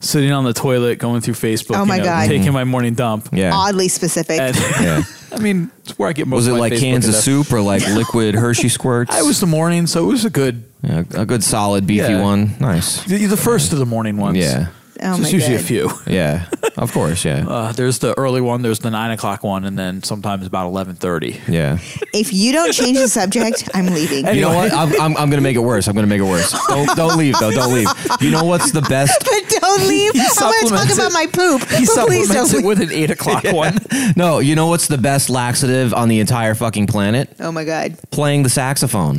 sitting on the toilet going through Facebook. Oh you my know, God. Taking my morning dump. Yeah. Oddly specific. And Yeah. I mean, it's where I get most. Was it of my like Facebook cans of stuff. soup or like liquid Hershey squirts? It was the morning, so it was a good. Yeah, a good solid beefy Yeah. one. Nice. The, the first of the morning ones. Yeah. So Oh my There's usually God. a few. Yeah. Of course. Yeah. Uh, there's the early one. There's the nine o'clock one, and then sometimes about eleven thirty. Yeah. If you don't change the subject, I'm leaving. You know what? I'm, I'm, I'm going to make it worse. I'm going to make it worse. Don't, don't leave, though. Don't leave. You know what's the best? But don't leave. He I want to talk supplements about it. my poop. He but please supplements don't it leave. with an eight o'clock one. No, you know what's the best laxative on the entire fucking planet? Oh my God. Playing the saxophone.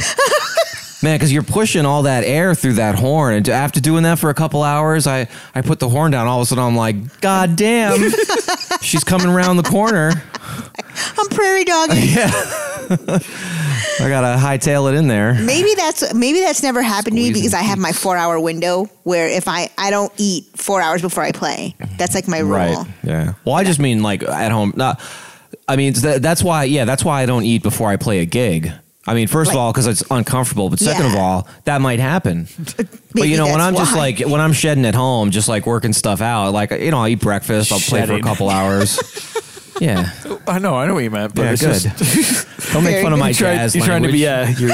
Man, because you're pushing all that air through that horn, and after doing that for a couple hours, I I put the horn down. All of a sudden, I'm like, God damn, she's coming around the corner. I'm prairie dogging. I gotta hightail it in there. Maybe that's maybe that's never happened to me Squeezing because I have my four hour window where if I I don't eat four hours before I play. That's like my rule. Yeah. Well, I just mean like at home. Not. I mean th- that's why. Yeah, that's why I don't eat before I play a gig. I mean, first of Right. all, because it's uncomfortable, but second of Yeah. all, that might happen. But Maybe you know, when that's I'm just why. like when I'm shedding at home, just like working stuff out, like you know, I eat breakfast, I'll play Shedding. for a couple hours. yeah, I know, I know what you meant, but yeah, it's good. just Don't make Very fun of good. my you tried- jazz. you're trying to be language. yeah,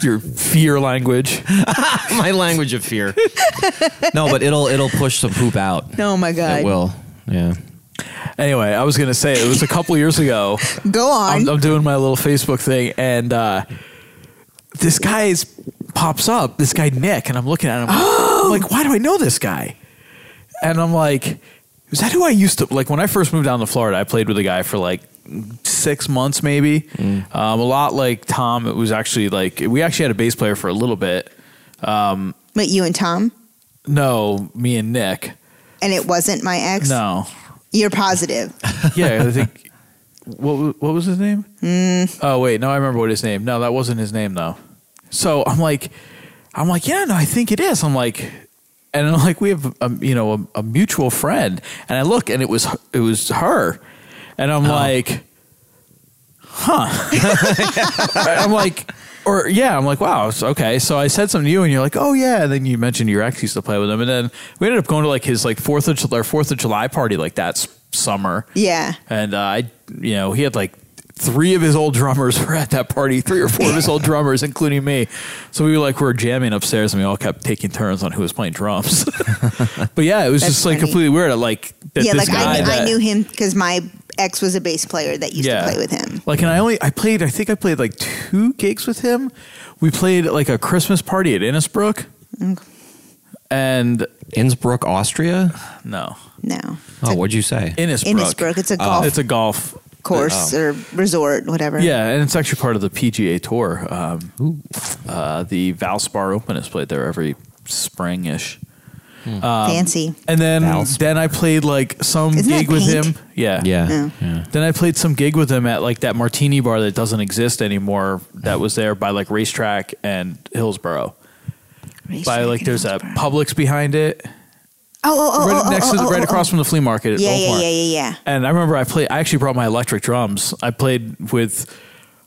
your your fear language. my language of fear. no, but it'll it'll push some poop out. Oh my god. It will. Yeah. Anyway, I was gonna say it was a couple years ago. Go on. I'm, I'm doing my little Facebook thing, and uh, this guy is, pops up. This guy Nick, and I'm looking at him. I'm like, why do I know this guy? And I'm like, is that who I used to like when I first moved down to Florida? I played with a guy for like six months, maybe. Um, a lot like Tom. It was actually like we actually had a bass player for a little bit. But you and Tom, No, me and Nick. and it wasn't my ex. No, You're positive. yeah, I think. What wa- what was his name? Oh wait, no, I remember what his name. No, that wasn't his name though. So I'm like, I'm like, yeah, no, I think it is. I'm like, and I'm like, we have a you know a, a mutual friend, and I look, and it was it was her, and I'm like, huh? I'm like. Or yeah, I'm like, wow, it's okay. So I said something to you, and you're like, oh yeah. And then you mentioned your ex used to play with him, and then we ended up going to like his like Fourth of July, Fourth of July party like that s- summer. Yeah. And uh, I, you know, he had like three of his old drummers were at that party, three or four of his old drummers, including me. So we were like, we were jamming upstairs and we all kept taking turns on who was playing drums. but yeah, it was That's just like funny. completely weird. I like, that yeah, this like I, guy knew- I that- knew him because my ex was a bass player that used to play with him. Like, and I only I played. I think I played like two gigs with him. We played at like a Christmas party at Innisbrook, Mm. and Innsbruck, Austria. no No, Oh, what'd you say? Innisbrook. Innisbrook. It's a golf It's a golf. course or resort, whatever. Oh. Yeah, and it's actually part of the PGA Tour. Um, uh, the Valspar Open is played there every springish. Um, fancy. And then Valspar. then I played like some Isn't that gig with paint? him. Yeah. yeah. No. yeah. Then I played some gig with him at like that martini bar that doesn't exist anymore that was there by like racetrack and Hillsboro. By like there's a Publix behind it. Oh, oh, oh, right oh, up next oh, to the, oh, right oh, across from the flea market at Yeah, Old yeah, Farm. yeah, yeah, yeah. And I remember I played. I actually brought my electric drums. I played with.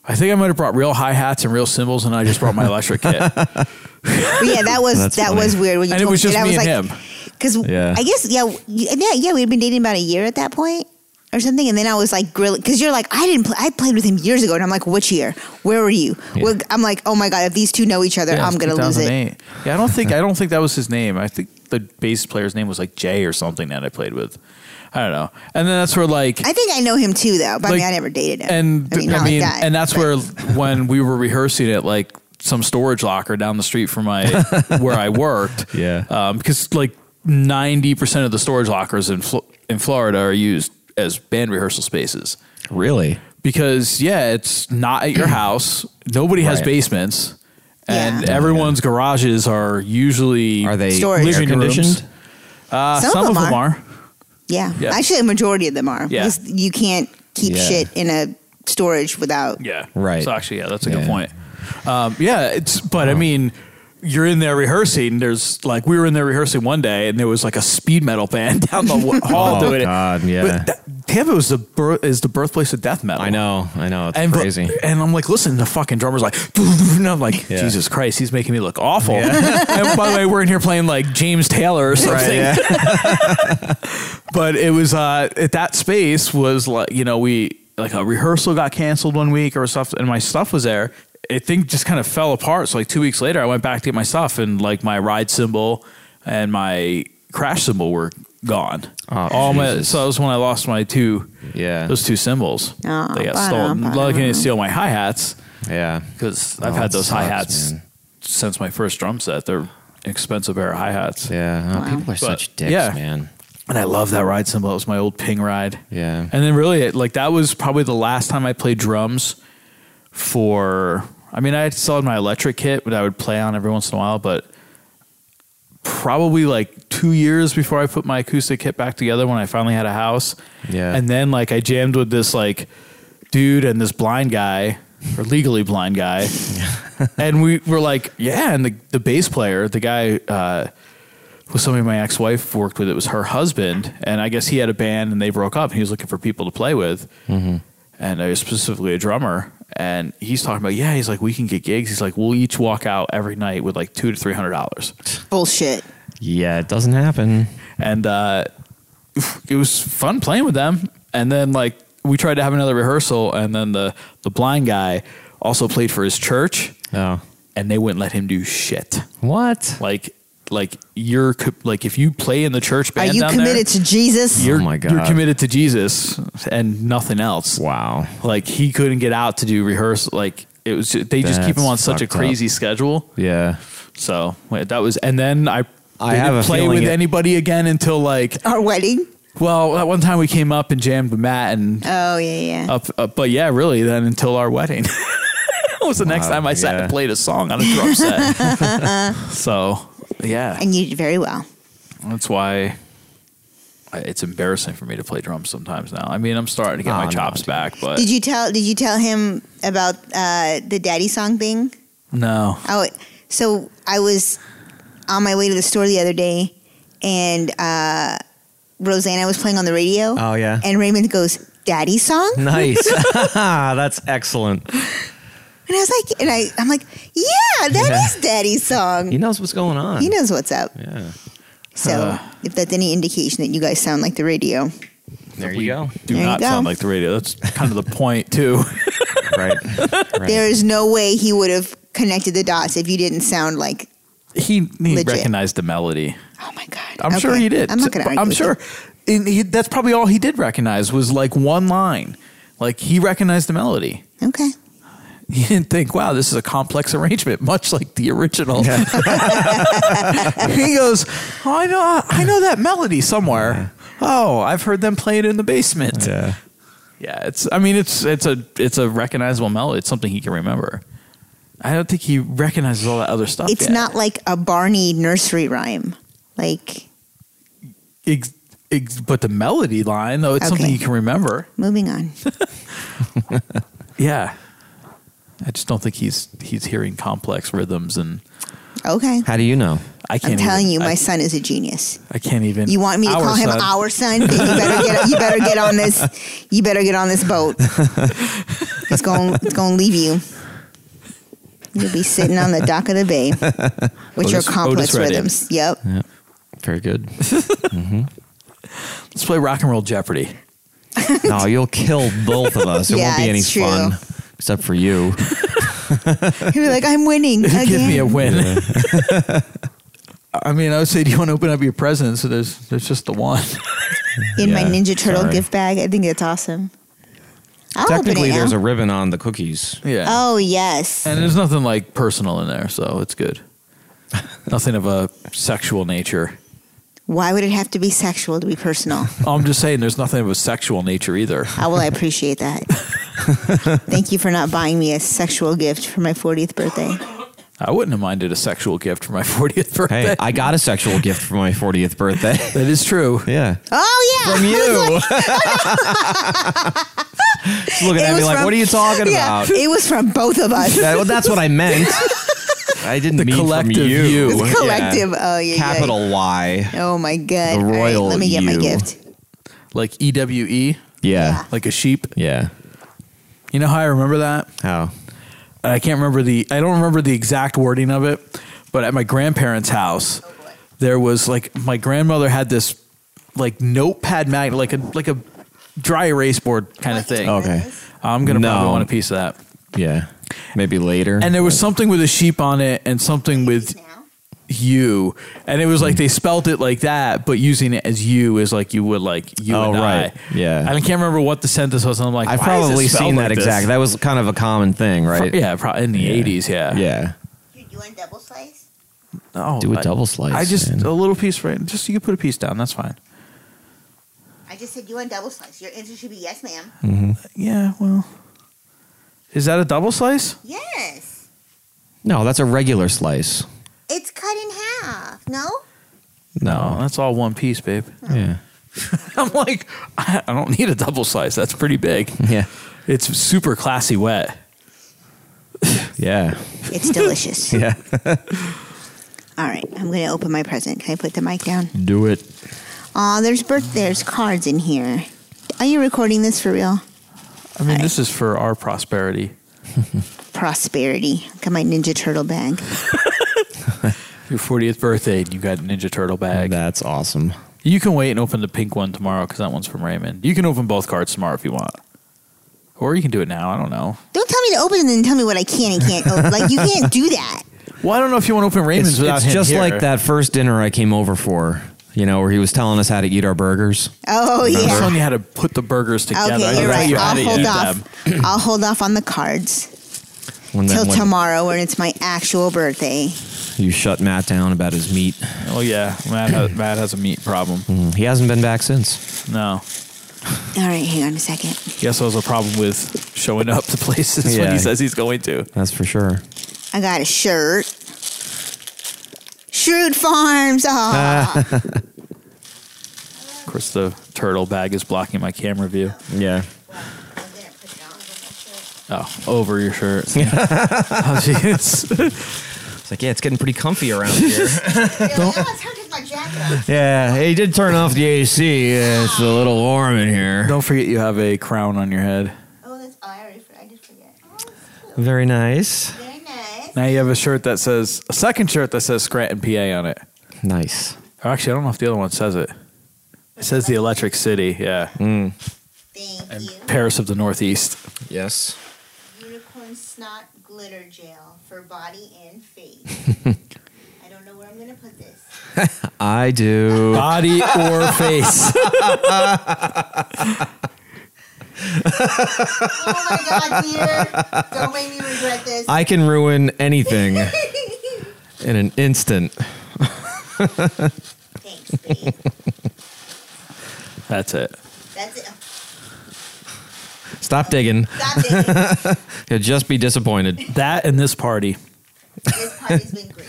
I think I might have brought real hi hats and real cymbals, and I just brought my electric kit. And oh. But yeah, that was that That's funny. was weird when you it told was me just that. me I was and like, him. because Yeah. I guess yeah, w- yeah, yeah, we'd been dating about a year at that point or something, and then I was like grilling because you're like I didn't play, I played with him years ago, and I'm like, which year? Where were you? Where, I'm like, oh my god, if these two know each other, Yeah, I'm gonna lose it. 2008. Yeah, I don't think I don't think that was his name. I think the bass player's name was like Jay or something that I played with. I don't know. And then that's where like I think I know him too, though. But I mean, Like- I never dated him. and I mean, not like that, and that's but- where when we were rehearsing it, like some storage locker down the street from my where I worked. Yeah. um, because like ninety percent of the storage lockers in Fl- in Florida are used as band rehearsal spaces. Really? Because yeah, it's not at your house. Nobody has Right. basements, and Yeah. everyone's garages are usually Are they Storage. air living rooms. conditioned? Uh, Some of them are. yeah. Yeah. actually, a majority of them are. Yeah. Because you can't keep Yeah. shit in a storage without. Yeah. Right. So actually, yeah, that's a Yeah. good point. Um, yeah, it's but I mean, you're in there rehearsing. There's like we were in there rehearsing one day, and there was like a speed metal band down the wa- hall Oh, doing God, it. yeah. But that, Tampa was the birth, is the birthplace of death metal. I know. I know. It's And, but- crazy. and I'm like, listen, the fucking drummer's like, and I'm like, Yeah. Jesus Christ, he's making me look awful. and by the way, we're in here playing like James Taylor or something. but it was uh, at that space was like you know we like a rehearsal got canceled one week or stuff, and my stuff was there. It thing just kind of fell apart. So like two weeks later, I went back to get my stuff, and like my ride symbol and my crash symbol were gone. Oh, All my Jesus. so that was when I lost my two Yeah. those two symbols. Oh, they got ba-dum, stolen. ba-dum. Lucky I didn't steal my hi hats yeah. because Oh, I've had that those sucks, hi hats man. since my first drum set. They're expensive pair of hi hats. Yeah. Oh, People are such dicks, yeah. man. And I love that ride symbol. It was my old ping ride. Yeah. And then really, it, like that was probably the last time I played drums for I mean, I still had my electric kit that I would play on every once in a while, but probably like two years before I put my acoustic kit back together when I finally had a house. Yeah. And then like I jammed with this like dude and this blind guy or legally blind guy. and we were like, yeah. And the, the bass player, the guy, uh, was somebody my ex-wife worked with. It was her husband. And I guess he had a band and they broke up and he was looking for people to play with and I was specifically a drummer. And he's talking about, yeah, he's like, we can get gigs. He's like, we'll each walk out every night with like two to three hundred dollars. Bullshit. Yeah, it doesn't happen. And uh, it was fun playing with them. And then like we tried to have another rehearsal, and then the the blind guy also played for his church, Oh. and they wouldn't let him do shit. What? Like like you're co- like if you play in the church Are band, you down committed There, to Jesus? you're, Oh my God. You're committed to Jesus and nothing else. Wow. like he couldn't get out to do rehearsal like it was ju- they just keep him That's on such a fucked up. crazy schedule Yeah. so wait, that was and then i I they have didn't a play feeling with it- anybody again until like Our wedding? well that one time we came up and jammed with matt and Oh, yeah, yeah. up, up but yeah really then until our wedding was the next time i sat yeah. and played a song on a drum set so yeah and you did very well. that's why I- it's embarrassing for me to play drums sometimes now i mean i'm starting to get Oh, my no, chops dude. back but Did you tell Did you tell him about uh, the daddy song thing? no Oh, so I was on my way to the store the other day, and uh, Rosanna was playing on the radio. Oh, yeah. And Raymond goes, "Daddy song," and Nice. That's excellent. I was like, and I, I'm like, yeah, that is Yeah. daddy song. He knows what's going on. He knows what's up. Yeah. So if that's any indication that you guys sound like the radio, There We you go. Do There you not go. sound like the radio. That's kind of the point too. Right. there is no way he would have connected the dots if you didn't sound like. He, he Legit. recognized the melody. Oh my god! I'm sure Okay. he did. I'm not gonna. Argue I'm with sure. you. And he, that's probably all he did recognize was like one line. Like he recognized the melody. Okay. He didn't think, "Wow, this is a complex arrangement," much like the original. he goes, oh, "I know, I know that melody somewhere. Oh, I've heard them play it in the basement." Yeah. Yeah. it's. I mean, it's it's a it's a recognizable melody. It's something he can remember. I don't think he recognizes all that other stuff. It's yet. not like a Barney nursery rhyme. Like Ex- ex- but the melody line, though, it's something Okay. you can remember. moving on. Yeah. I just don't think he's he's hearing complex rhythms, and Okay. How do you know? I I'm can't. telling even- you, my I, son is a genius. I can't even. You want me to Our call him son. our son? Then you better get you better get on this you better get on this boat. It's going it's going to leave you. You'll be sitting on the dock of the bay with your Otis- complex Otis Redding. rhythms. Yep. Very good. Let's play rock and roll Jeopardy. No, you'll kill both of us. It Yeah, won't be any it's true. fun except for you. You'll be like, I'm winning again. Give me a win. I mean, I would say, do you want to open up your present? So there's there's just the one. in my Yeah, Ninja Turtle sorry. gift bag. I think that's awesome. I'll Technically, open Oh, it there's now. a ribbon on the cookies. Yeah. Oh yes. And there's nothing like personal in there, so it's good. nothing of a sexual nature. Oh, Why would it have to be sexual to be personal? I'm just saying, there's nothing of a sexual nature either. How will I appreciate that? Thank you for not buying me a sexual gift for my 40th birthday. I wouldn't have minded a sexual gift for my 40th birthday. Hey, I got a sexual gift for my 40th birthday. that is true. Yeah. Oh yeah. From you. She's looking at It me was like, from- what are you talking Yeah, about? it was from both of us. That- well, that's what I meant. I didn't The mean collective from you. you. It's Yeah. collective. Oh yeah. yeah. Capital Y. Oh my god. The All right, royal let me get my you. gift. Like EWE, Yeah. like a sheep. Yeah. You know how I remember that? How? I can't remember the I don't remember the exact wording of it, but at my grandparents' house, there was like my grandmother had this like notepad magnet, like a like a dry erase board kind of thing. Okay. I'm gonna probably Oh. No. want a piece of that. Yeah. Maybe later. And there was something with a sheep on it and something with you. And it was like they spelt it like that, but using it as you is like you would like you Oh, and right. I. Yeah. And I can't remember what the sentence was. And I'm like, I've why is it probably spelled seen that like this? exact. That was kind of a common thing, right? Yeah, probably in the 80s. Yeah. Yeah. You want double slice? Oh, Do a I- double slice, I just man. a little piece right. Just you can put a piece down. That's fine. I just said you want double slice. Your answer Hmm. should be yes, ma'am. Yeah. Well, is that a double slice? Yes. No, that's a regular slice. It's cut in half. No, No, that's all one piece, babe. Yeah. I'm like, I I don't need a double slice. That's pretty big. Yeah. It's super classy wet. Yeah. It's delicious. Yeah. All right, I'm going to open my present. Can I put the mic down? Do it. Aw, there's birth. There's cards in here. Are you recording this for real? I mean, this is for our prosperity. Prosperity. Got my Ninja Turtle bag. Your 40th birthday, and you got a Ninja Turtle bag. That's awesome. You can wait and open the pink one tomorrow because that one's from Raymond. You can open both cards tomorrow if you want. Or you can do it now. I don't know. Don't tell me to open it and then tell me what I can and can't. open. Like you can't do that. Well, I don't know if you want to open Raymond's It's, without it's him just here. like that first dinner I came over for, you know, where he was telling us how to eat our burgers. Oh I'm yeah. telling you how to put the burgers together. I Okay, you're thought right. you had I'll to hold eat off. them. I'll hold off on the cards When that- till when tomorrow when it's my actual birthday. You shut Matt down about his meat. Mm-hmm. Oh yeah, Matt has, Matt has a meat problem. He hasn't been back since. No, All right, hang on a second. guess I was a problem with showing up to places when Yeah. he says he's going to. That's for sure. I got a shirt. Shrewd Farms. Ah, Of course, the turtle bag is blocking my camera view. Yeah. Oh, over your shirt. Oh, jeez. It's like, yeah, it's getting pretty comfy around here. it's hard with my jacket on. yeah, he did turn off the AC. Uh, it's a little warm in here. Don't forget you have a crown on your head. Oh, that's oh, I already forgot. I did forget. Oh, Very nice. very nice. Now you have a shirt that says a second shirt that says Scranton, PA on it. Nice. Or actually, I don't know if the other one says it. It says the Electric City. Yeah, Thank and you. Paris of the Northeast. Yes. Unicorn snot glitter gel for body and face. I don't know where I'm gonna put this. I do. Body or face. Oh my god, dear! Don't make me regret this. I can ruin anything in an instant. Thanks, babe. That's it. That's it. Stop digging. Stop it. You'll just be disappointed. That and this party. This party's been great.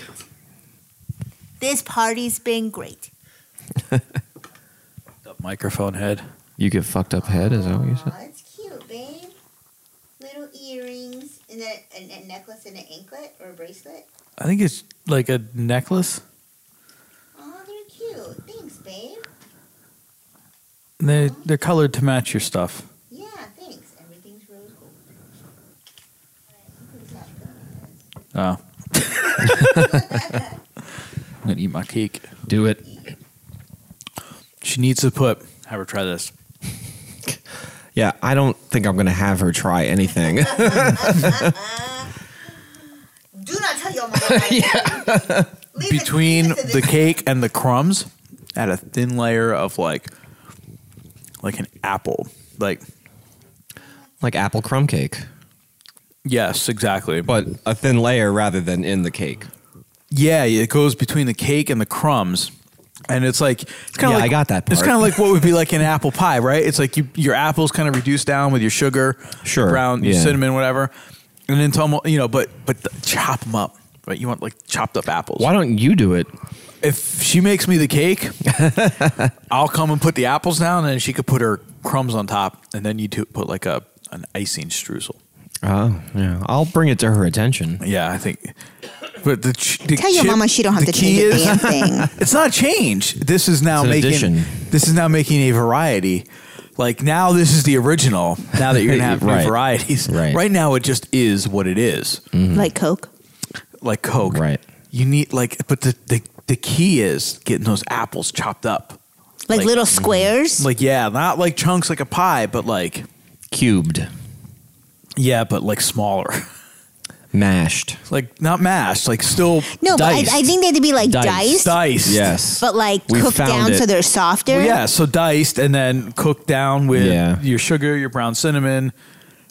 This party's been great. The microphone head. You get fucked up head, is that what you Aw, said? that's cute, babe. Little earrings and a, a, a necklace and an anklet or a bracelet. I think it's like a necklace. Oh, they're cute. Thanks, babe. They they're colored to match your stuff. Yeah, thanks. Everything's rose gold. Alright, who's that going? Oh. I'm gonna eat my cake. Do it. She needs to put. Have her try this. Yeah, I don't think I'm going to have her try anything. Do not tell your mom. yeah. Between the cake and the crumbs, add a thin layer of like, like an apple. Like like apple crumb cake, yes, exactly. but a thin layer rather than in the cake. Yeah, it goes between the cake and the crumbs. And it's like it's kind Yeah, of like, I got that It's part. kind of like what would be like an apple pie, right? It's like you your apples kind of reduced down with your sugar, Sure, brown, yeah. cinnamon, whatever, and then it's almost you know, but but the, chop them up, right? You want like chopped up apples. Why don't you do it? If she makes me the cake, I'll come and put the apples down, and she could put her crumbs on top, and then you two put like a an icing streusel. Oh, yeah. I'll bring it to her attention. Yeah, I think. But the, ch- the Tell your chip- mama she don't have the to change key a is- damn thing. It's not change. This is now It's an making addition. this is now making a variety. Like now this is the original. Now that you're gonna have Right. new varieties. Right. now it just is what it is. Like Coke. Like Coke. Right. You need like but the, the the key is getting those apples chopped up. Like, Like- little squares. Like yeah, not like chunks like a pie, but like Cubed, yeah, but like smaller. mashed. like not mashed, like still no, diced. but I, I think they had to be like Diced. diced, diced. but like We cooked found down it. so they're softer. Well, yeah, so diced and then cooked down with Yeah. your sugar, your brown cinnamon,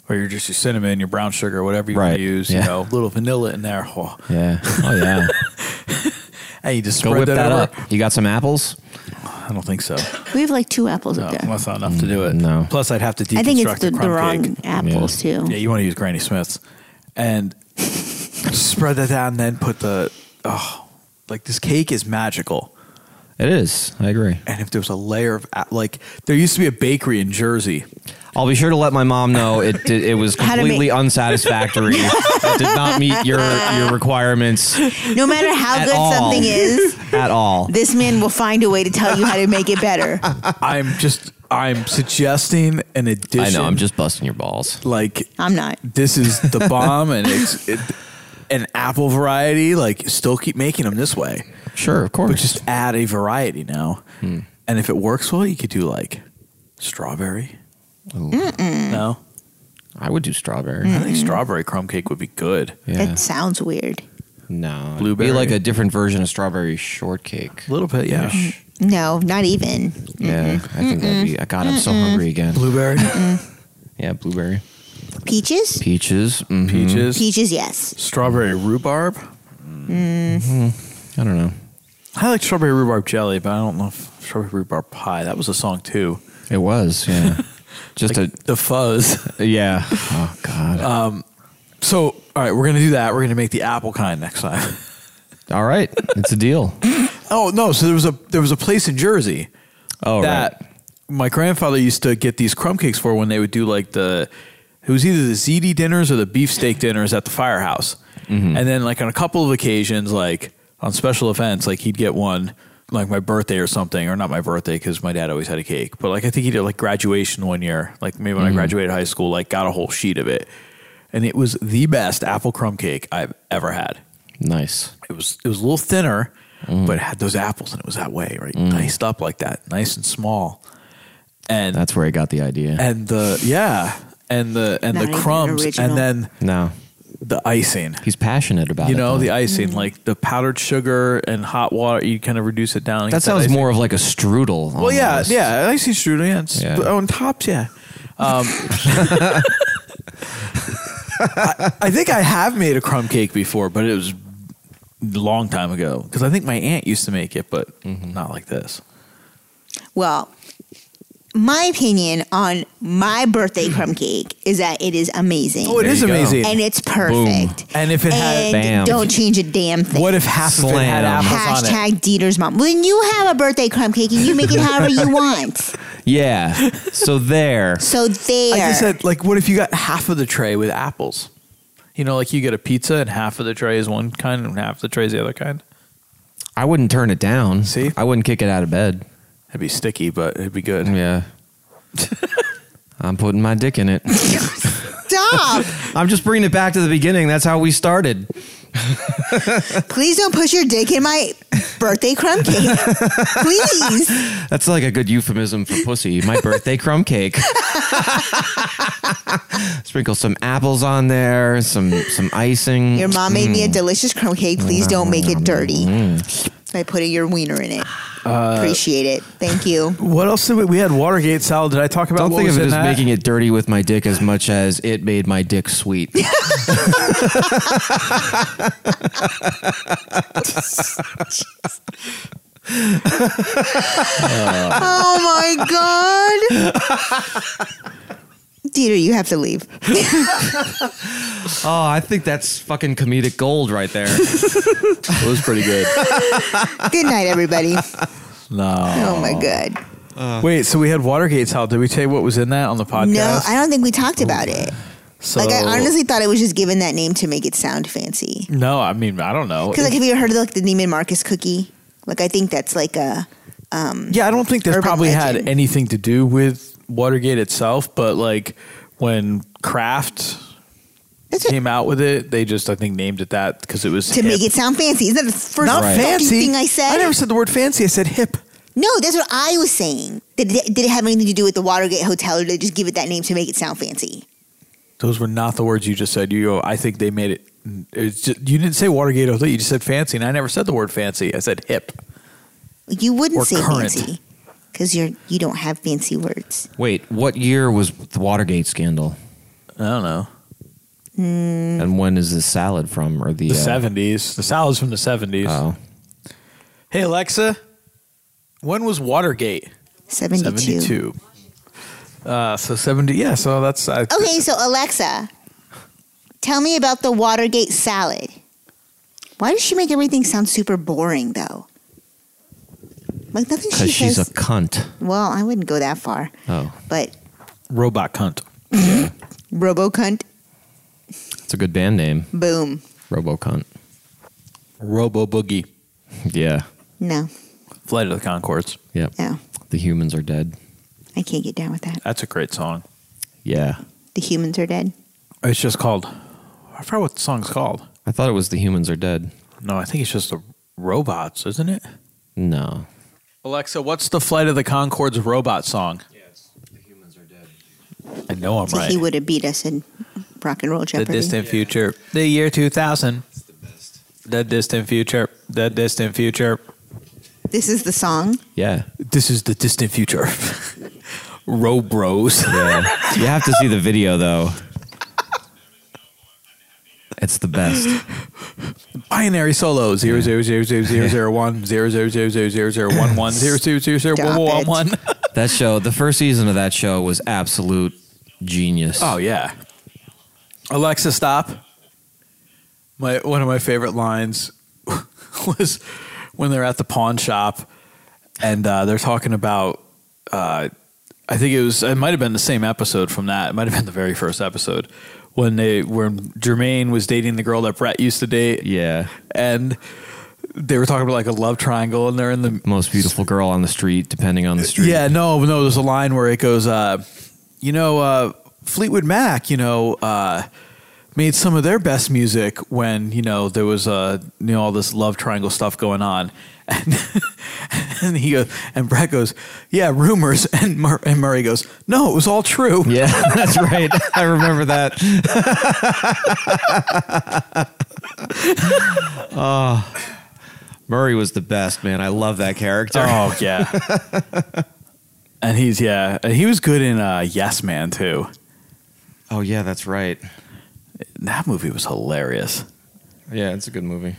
or your just your cinnamon, your brown sugar, whatever you Right, want to use. yeah. You know, a little vanilla in there. Oh, Yeah. Oh yeah. and you just Go spread whip that, that, over. up. You got some apples? I don't think so. We have like two apples No, up there. that's not enough to do it. Mm, No. Plus, I'd have to deconstruct I think it's the, the crumb wrong cake. apples too. Yeah, you want to use Granny Smith's, and spread that out and then put the oh, like this cake is magical. It is. I agree. And if there was a layer of a- like there used to be a bakery in Jersey. I'll be sure to let my mom know it did, it was How to completely unsatisfactory. it did not meet your your requirements No matter how At good all. something is, at all. this man will find a way to tell you how to make it better. I'm just I'm suggesting an addition. I know. I'm just busting your balls. like I'm not. this is the bomb and it's it, an apple variety. Like still keep making them this way, Sure, of course. but just add a variety now. And if it works well, you could do like strawberry. No, I would do strawberry. I think strawberry crumb cake would be good. Yeah. That sounds weird. no, Blueberry. It'd be like a different version of strawberry shortcake. A little bit, yeah. No, not even. Yeah, I think that'd be. God, I'm so hungry again. Blueberry, Yeah, blueberry, Peaches? peaches. mhm. peaches, Mm-hmm. Peaches, yes. strawberry rhubarb. I don't know. I like strawberry rhubarb jelly, but I don't know if strawberry rhubarb pie. That was a song too. It was. Yeah, just Like the fuzz. a yeah. Oh God. Uh, So, all right, we're gonna do that. We're gonna make the apple kind next time. all right, it's a deal. Oh no! So there was a there was a place in Jersey Oh that right. my grandfather used to get these crumb cakes for when they would do like the it was either the ziti dinners or the beefsteak dinners at the firehouse, Mm-hmm. and then like on a couple of occasions, like on special events, like he'd get one like my birthday or something, or not my birthday because my dad always had a cake, but like I think he did like graduation one year, like maybe Mm-hmm. when I graduated high school, like got a whole sheet of it, and it was the best apple crumb cake I've ever had Nice. it was it was a little thinner, Mm. but it had those apples and it was that way, right? Diced up like that, nice and small. And That's where I got the idea. and the yeah, and the and Not the even crumbs original. and then no, the icing. he's passionate about You it. know, though. the icing, Mm. like the powdered sugar and hot water, you kind of reduce it down. and get that sounds icing. more of like a strudel. Well, yeah, almost. yeah, icing strudel, yeah, it's Yeah. on tops, yeah. Um, I, I think I have made a crumb cake before, but it was a long time ago because I think my aunt used to make it, but not like this. Well, my opinion on my birthday crumb cake is that it is amazing. Oh, it There is you go. amazing. and And, it's perfect. if it had, And Bam. don't change a damn thing. what if half of it had Slam. apples on it? Hashtag Dieter's mom. When you have a birthday crumb cake and you make it however you want. yeah. So there. So there. I just said, like, what if you got half of the tray with apples? You know, like you get a pizza and half of the tray is one kind and half the tray is the other kind. I wouldn't turn it down. See? I wouldn't kick it out of bed. It'd be sticky, but it'd be good. Yeah. I'm putting my dick in it. Stop. I'm just bringing it back to the beginning. That's how we started. Please don't put your dick in my birthday crumb cake. Please. That's like a good euphemism for pussy. My birthday crumb cake. Sprinkle some apples on there, some some icing. Your mom made Mm-hmm. me a delicious crumb cake. Please don't make it dirty by putting your wiener in it. Appreciate it. Thank you. Uh, What else did we? We had Watergate salad. Did I talk about? Don't what think was of in it as that? making it dirty with my dick as much as it made my dick sweet. Oh my god. Dieter, you have to leave. oh, I think that's fucking comedic gold right there. It was pretty good. Good night, everybody. no. Oh my god. Wait, so we had Watergate salad. Did we tell you what was in that on the podcast? No, I don't think we talked about it. So, Like I honestly thought it was just given that name to make it sound fancy. No, I mean I don't know. Because like, have you ever heard of like the Neiman Marcus cookie? Like, I think that's like a yeah, I don't think this Urban probably had legend. anything to do with Watergate itself, but like when Kraft that's a, came out with it, they just I think named it that because it was to hip. make it sound fancy. Isn't that the first not fucking fancy. thing I said? I never said the word fancy. I said hip. no, that's what I was saying. Did it, did it have anything to do with the Watergate Hotel, or did they just give it that name to make it sound fancy? Those were not the words you just said. You, go, I think they made it. It's just, you didn't say Watergate. I thought you just said fancy, and I never said the word fancy. I said hip. You wouldn't Or say current. fancy because you're you don't have fancy words. Wait, what year was the Watergate scandal? I don't know. And when is this salad from? Or the, Mm. The uh, seventies. The salad's from the seventies. Oh, Hey Alexa, when was Watergate? Seventy two. Uh, so seventy. Yeah. So that's. I, Okay, so Alexa, Tell me about the Watergate salad. Why does she make everything sound super boring though? Like nothing she because she's a says. cunt. well, I wouldn't go that far, Oh, but Robot cunt. Robo cunt, it's a good band name, boom. Robo Cunt. Robo boogie. Yeah, No, Flight of the Concords. yep. no, The humans are dead. I can't get down with that. That's a great song. Yeah, The humans are dead. It's just called. I forgot what the song's called. I thought it was the humans are dead. No, I think it's just the robots, isn't it? No, Alexa, what's the Flight of the Concords robot song? I know I'm So right. he would have beat us in rock and roll the Jeopardy. distant future. The year 2000. The distant future. The distant future. This is the song. yeah, This is the distant future. Robros. yeah. you have to see the video though. It's the best. binary solo zero zero zero zero zero zero one zero zero zero zero zero zero one one zero zero zero zero one one one. That show, the first season of that show was absolute genius. Oh yeah. Alexa, stop. My one of my favorite lines was when they're at the pawn shop and uh, they're talking about. Uh, I think it was. It might have been the same episode from that. It might have been the very first episode when they when Jermaine was dating the girl that Brett used to date. yeah. and they were talking about like a love triangle and they're in the Most beautiful girl on the street, depending on the street. yeah no no there's a line where it goes uh you know uh fleetwood mac you know uh made some of their best music when you know there was uh you know all this love triangle stuff going on and and he goes and brett goes yeah rumors and, Mur- and murray goes no it was all true Yeah, that's right. I remember that. oh, Ah, Murray was the best, man. I love that character. oh yeah and he's yeah and he was good in uh yes man too Oh, yeah, that's right. that movie was hilarious Yeah, it's a good movie.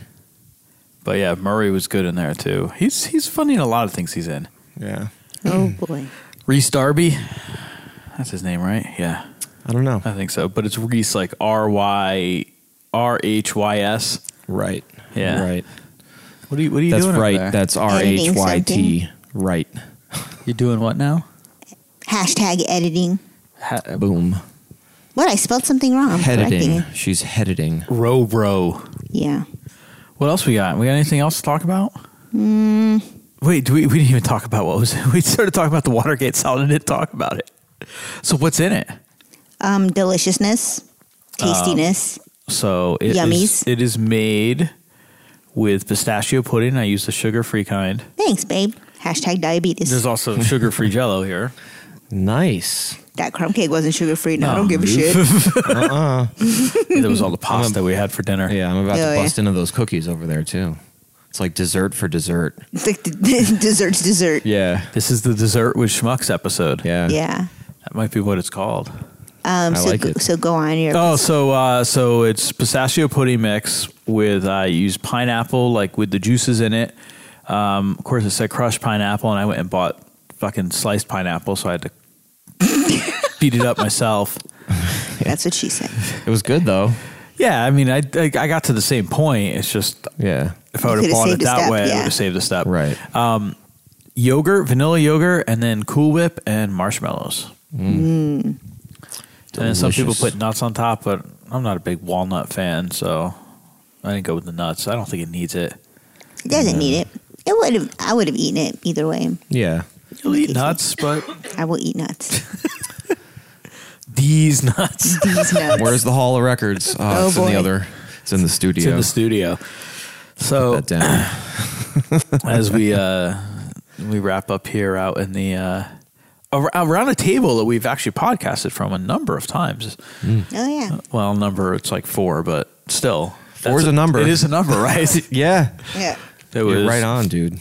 But yeah, Murray was good in there too. He's he's funny in a lot of things he's in. Yeah. Oh Hmm. boy. Reese Darby, that's his name, right? Yeah, I don't know. I think so. But it's Reese like R Y R H Y S. Right. Yeah. Right. What are you What are you That's doing? right. Over there? That's R H Y T. Right. You're doing what now? Hashtag editing. Boom. What? I spelled something wrong. I'm Heading. correcting it. She's heading. Row bro. Yeah. What else we got? We got anything else to talk about? Wait, do we we didn't even talk about what was we started talking about the Watergate salad and didn't talk about it. So what's in it? Um, deliciousness, Um, tastiness. So it is- Yummies. it is made with pistachio pudding. I use the sugar free kind. Thanks, babe. Hashtag diabetes. There's also sugar free jello here. Nice. that crumb cake wasn't sugar free. No, I No. don't give a shit. There was all the pasta we had for dinner. Yeah, I'm about Oh, to yeah. bust into those cookies over there too. It's like dessert for dessert. It's like the- dessert's dessert. Yeah. This is the dessert with schmucks episode. Yeah. Yeah. That might be what it's called. Um, I so, like go, it. so go on. Your, Oh, so uh, so it's pistachio pudding mix with I use pineapple like with the juices in it. Um, of course, it said crushed pineapple, and I went and bought fucking sliced pineapple, so I had to beat it up myself. That's what she said. It was good though. Yeah, I mean, I I I got to the same point. It's just Yeah. if I would have could've bought it saved a that step, way, I yeah. would have saved a step. Right. yogurt, vanilla yogurt, and then Cool Whip and marshmallows. And then some people Mm. Delicious. put nuts on top, but I'm not a big walnut fan, so I didn't go with the nuts. I don't think it needs it. It doesn't need it. It would have. I would have eaten it either way. yeah. You'll eat nuts, but I will eat nuts. these nuts. These nuts. Where's the Hall of Records? Oh, Oh, it's in boy. the other it's in the It's studio. in the studio. So Put that down. as we uh, we wrap up here out in the uh, ar- around a table that we've actually podcasted from a number of times. Oh yeah. Well, number it's like four, but still, Four's That's a number. It is a number, right? it yeah. Yeah. was- You're right on, dude.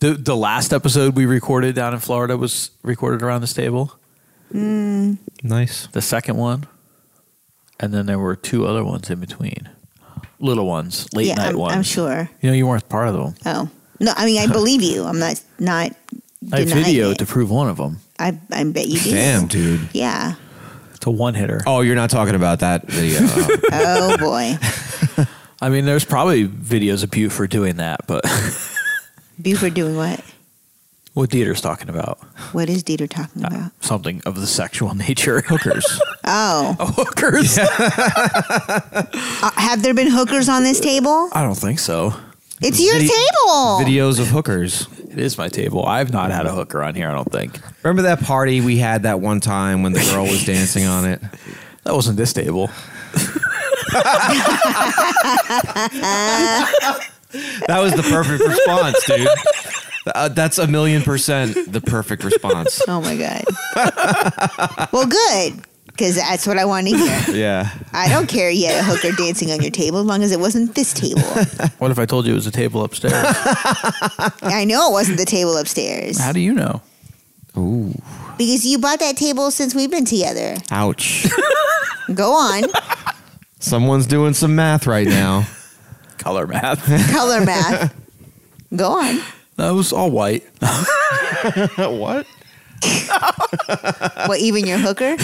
The the last episode we recorded down in Florida was recorded around this table. Nice. The second one, and then there were two other ones in between, little ones, late yeah. night I'm, ones. I'm sure. You know, you weren't part of them. Oh no. I mean, I believe you. I'm not not I have denying video it. to prove one of them. I I bet you do. Damn, dude. Yeah. It's a one hitter. Oh, you're not talking about that uh, video. Oh boy, I mean, there's probably videos of Buford doing that, but Buford doing what? what Dieter's talking about What is Dieter Uh, talking about? something of the sexual nature. Hookers. Oh, Hookers? Uh, have there been hookers on this table? I don't think so. It's your Vide- table. Videos of hookers. It is my table. I've not had a hooker on here, I don't think. Remember that party we had that one time when the girl was dancing on it? That wasn't this table. That was the perfect response, dude. Uh, that's a million percent the perfect response. Oh my god. well, good. Because that's what I want to hear. Yeah. I don't care yet a hooker dancing on your table as long as it wasn't this table. What if I told you it was a table upstairs? I know it wasn't the table upstairs. How do you know? Because you bought that table since we've been together. Ouch. Go on. Someone's doing some math right now. Color math. Color math. Go on. that was all white. what? What, even your hooker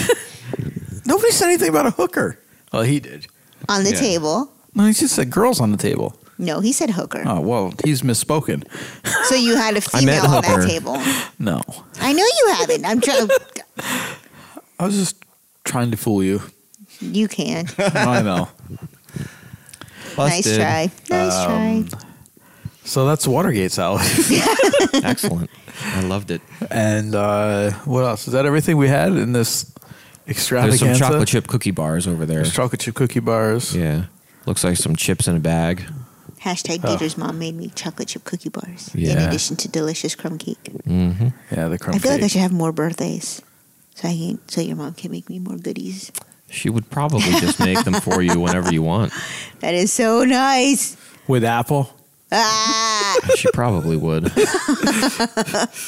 Nobody said anything about a hooker. Well, he did. on the Yeah. table? No, he just said girls on the table. No, he said hooker. Oh, well, he's misspoken. So you had a I meant female on that hooker. table. No. I know you haven't. I'm trying. I was just trying to fool you. You can. I know. Nice Busted. Um, try. Nice try. So that's Watergate salad. Excellent. I loved it. and uh, what else? Is that everything we had in this There's extravaganza? some chocolate chip cookie bars over there. There's chocolate chip cookie bars. Yeah. Looks like some chips in a bag. Hashtag Dieter's mom made me chocolate chip cookie bars in oh. Yeah. addition to delicious crumb cake. Yeah, the crumb I feel like I cake. should have more birthdays so I can, so your mom can make me more goodies. She would probably just make them for you whenever you want. That is so nice. With apple? Ah, She probably would.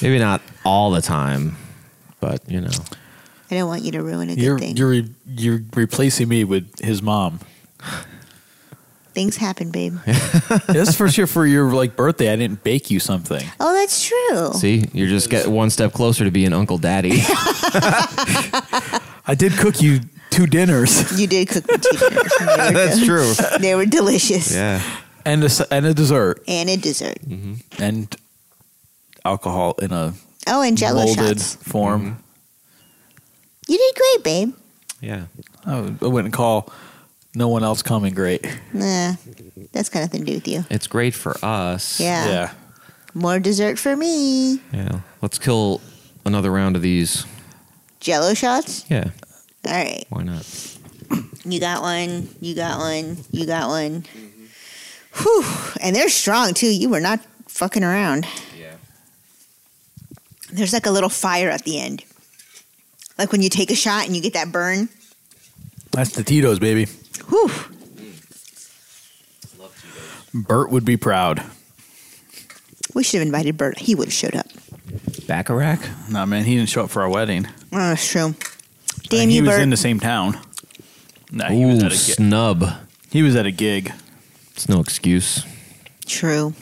Maybe not all the time, but you know. I don't want you to ruin a good You're, thing. you're, re- you're replacing me with his mom. Things happen, babe. this first year for your like birthday, I didn't bake you something. Oh, that's true. See, you're just get one step closer to being Uncle Daddy. I did cook you two dinners You did cook me two dinners. and they were del- true. They were delicious. Yeah. and a s and a dessert And a dessert. and alcohol in a Oh, and jello molded shots. form. You did great, babe. Yeah. I wouldn't call no one else coming great. Nah, that's got nothing to do with you. It's great for us. Yeah. More dessert for me. Yeah. Let's kill another round of these. Jello shots? Yeah. All right. Why not? You got one. You got one. You got one. Whew. And they're strong too. You were not fucking around. Yeah. There's like a little fire at the end. Like when you take a shot and you get that burn. That's the Tito's, baby. Whew. Bert would be proud. We should have invited Bert. He would have showed up. Bacharach? Nah, man, he didn't show up for our wedding. Oh, that's true. Damn and he you, was Bert. in the same town. Nah, he was Ooh, at a gig. snub. He was at a gig. It's no excuse. true.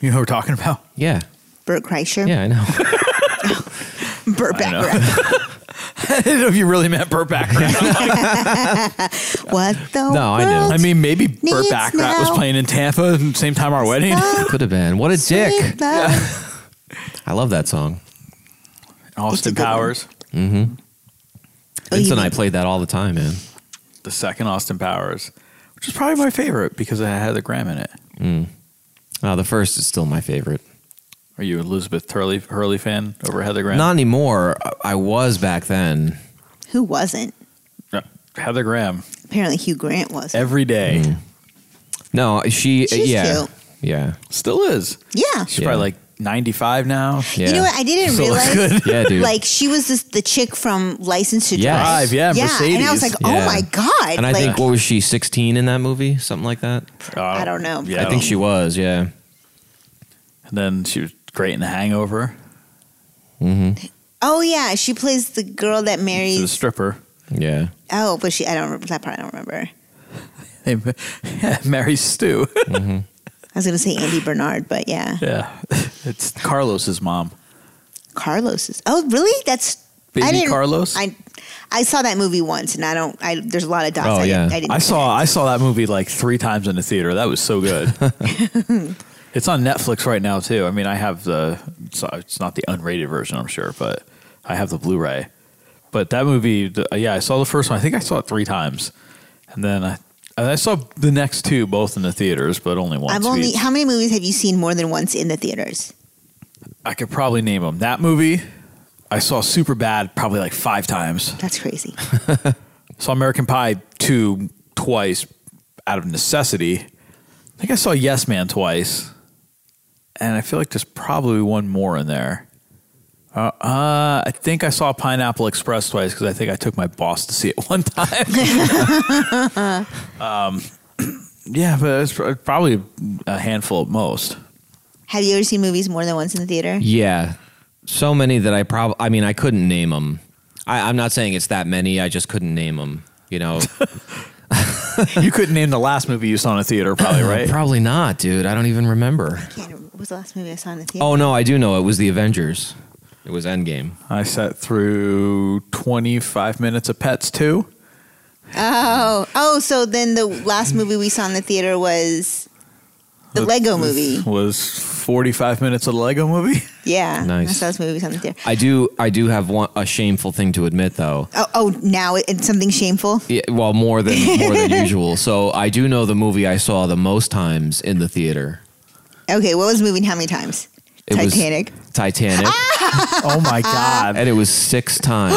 You know what we're talking about? Yeah. Bert Kreischer. Yeah, I know. Bert I know. Bacharach. I didn't know if you really meant Burt Bacharach. What the No, I know. world? I mean, maybe Burt Needs Bacharach was now. playing in Tampa at the same time our wedding. Could have been. What a dick. Sweet love. I love that song. Austin good one. Powers. Oh, Vince you and I mean- played that all the time, man. the second Austin Powers, which is probably my favorite because it had the Graham in it. Oh, the first is still my favorite. Are you an Elizabeth Hurley, Hurley fan over Heather Graham? Not anymore. I- I was back then. Who wasn't? No, Heather Graham Apparently, Hugh Grant was. every day Mm. No, she. She's yeah. cute. Yeah. still is. Yeah. She's Yeah. probably like ninety five now. Yeah. You know what? I didn't Still looks realize. good. yeah, dude. Like she was this, the chick from License to Yes. Drive. Drive, yeah, and I was like, Mercedes. oh Yeah. my god! and I like, think what was she 16 in that movie? Something like that. Uh, I don't know. Yeah, I think she was. Yeah. And then she was great in The Hangover. Mm-hmm. oh yeah, she plays the girl that She's a marries. stripper. Yeah. Oh, but she I don't remember that part. I don't remember. Hey, yeah, Mary Stu. I was gonna say Andy Bernard, but yeah, yeah, it's Carlos's mom. Carlos is. Oh really? That's Baby I didn't, Carlos. I I saw that movie once, and I don't. I there's a lot of dots. Oh, I yeah. didn't, I, didn't I saw I saw that movie like three times in the theater. That was so good. it's on Netflix right now too. I mean, I have the it's not- it's not the unrated version, I'm sure, but I have the Blu-ray. But that movie, the, yeah, I saw the first one. I think I saw it three times, and then I and I saw the next two both in the theaters, but only once. I've only. each. How many movies have you seen more than once in the theaters? I could probably name them. That movie, I saw Super Bad probably like five times. That's crazy. Saw American Pie two twice out of necessity. I think I saw Yes Man twice, and I feel like there's probably one more in there. Uh, uh, I think I saw Pineapple Express twice because I think I took my boss to see it one time. um, yeah, but it's pr- probably a handful at most. have you ever seen movies more than once in the theater? Yeah, so many that I probably. I mean, I couldn't name them. I, I'm not saying it's that many. I just couldn't name them. You know, You couldn't name the last movie you saw in a theater, probably, right? probably not, dude. I don't even remember. Can't remember. What was the last movie I saw in the theater? Oh no, I do know. It was the Avengers. It was Endgame. I sat through 25 minutes of Pets 2. Oh, oh, so then the last movie we saw in the theater was the, Lego movie. Was 45 minutes of the Lego movie? Yeah, Nice. That's the last movie we saw in the theater. I do. I do have one, a shameful thing to admit, though. Oh, oh now it, it's something shameful. Yeah, well, more than more than usual. So I do know the movie I saw the most times in the theater. Okay, what was the movie? and How many times? It was Titanic. Ah! Titanic, Oh my God. and it was six times.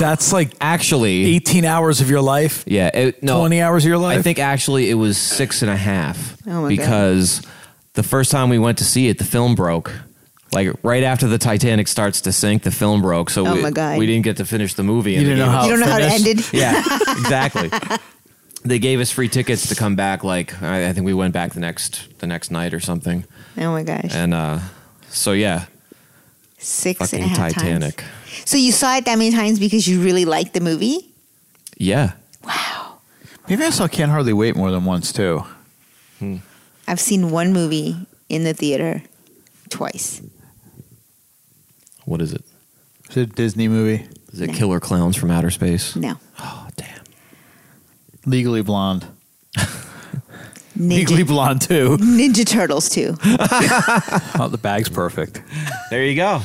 That's like Actually, 18 hours of your life, yeah, it, no, 20 hours of your life. I think actually it was six and a half Oh my God. because the first time we went to see it, the film broke. Like right after the Titanic starts to sink, the film broke, so Oh we, my God. we didn't get to finish the movie. and you didn't know they gave how you don't know how it finished. ended. Yeah, exactly. they gave us free tickets to come back. Like I, I think we went back the next the next night or something. Oh my gosh, And uh, so yeah, six and a fucking half Titanic. times. So you saw it that many times because you really liked the movie. Yeah, Wow, Maybe I saw Can't Hardly Wait more than once, too. I've seen one movie in the theater twice. what is it? Is it a Disney movie? Is it No. Killer Clowns from Outer Space? No, Oh damn! Legally Blonde. Legally Ninja, Blonde, too. Ninja Turtles too. Oh, the bag's perfect. There you go.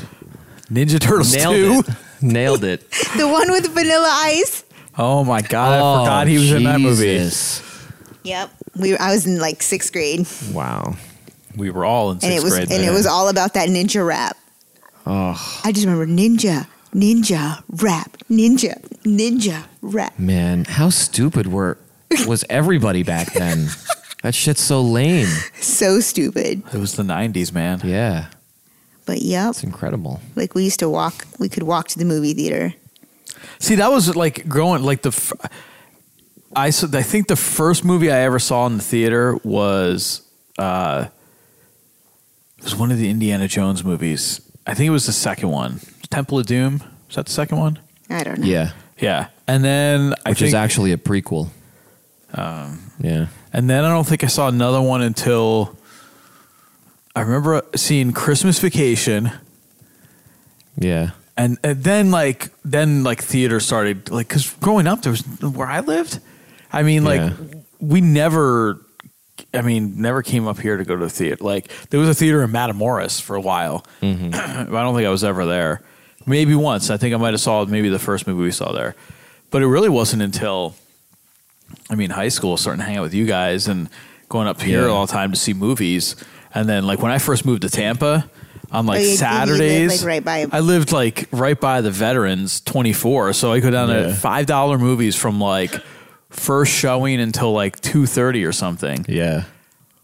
Ninja Turtles Nailed 2. it. Nailed it. the one with Vanilla Ice. Oh my God. I Oh, forgot he was in that movie. Jesus. Yep, we. Were, I was in like sixth grade, Wow. We were all in and sixth it was grade. and it then. was all about that ninja rap. Oh, I just remember ninja, ninja rap, ninja, ninja rap. Man, how stupid were was everybody back then? that shit's so lame. So stupid, It was the 90s, man. Yeah, but yep. it's incredible. Like we used to walk, we could walk to the movie theater. See, that was like growing like the. F- I saw. I think the first movie I ever saw in the theater was uh, it was one of the Indiana Jones movies. I think it was the second one, Temple of Doom. Was that the second one? I don't know. Yeah, Yeah, and then I which think, Um, is actually a prequel. Um, yeah. and then I don't think I saw another one until I remember seeing Christmas Vacation. Yeah. and, and then like then like theater started like because growing up there was where I lived. I mean like Yeah. we never. I mean, never came up here to go to the theater. Like there was a theater in Matamoros for a while. Mm-hmm. but I don't think I was ever there. Maybe once. I think I might have saw maybe the first movie we saw there. But it really wasn't until I mean high school starting to hang out with you guys and going up here Yeah. all the time to see movies. And then like when I first moved to Tampa on like Oh, you- you live, Saturdays, like, right by- I lived like right by the veterans 24 so i go down Yeah. to five dollar movies from like first showing until like 2.30 or something Yeah.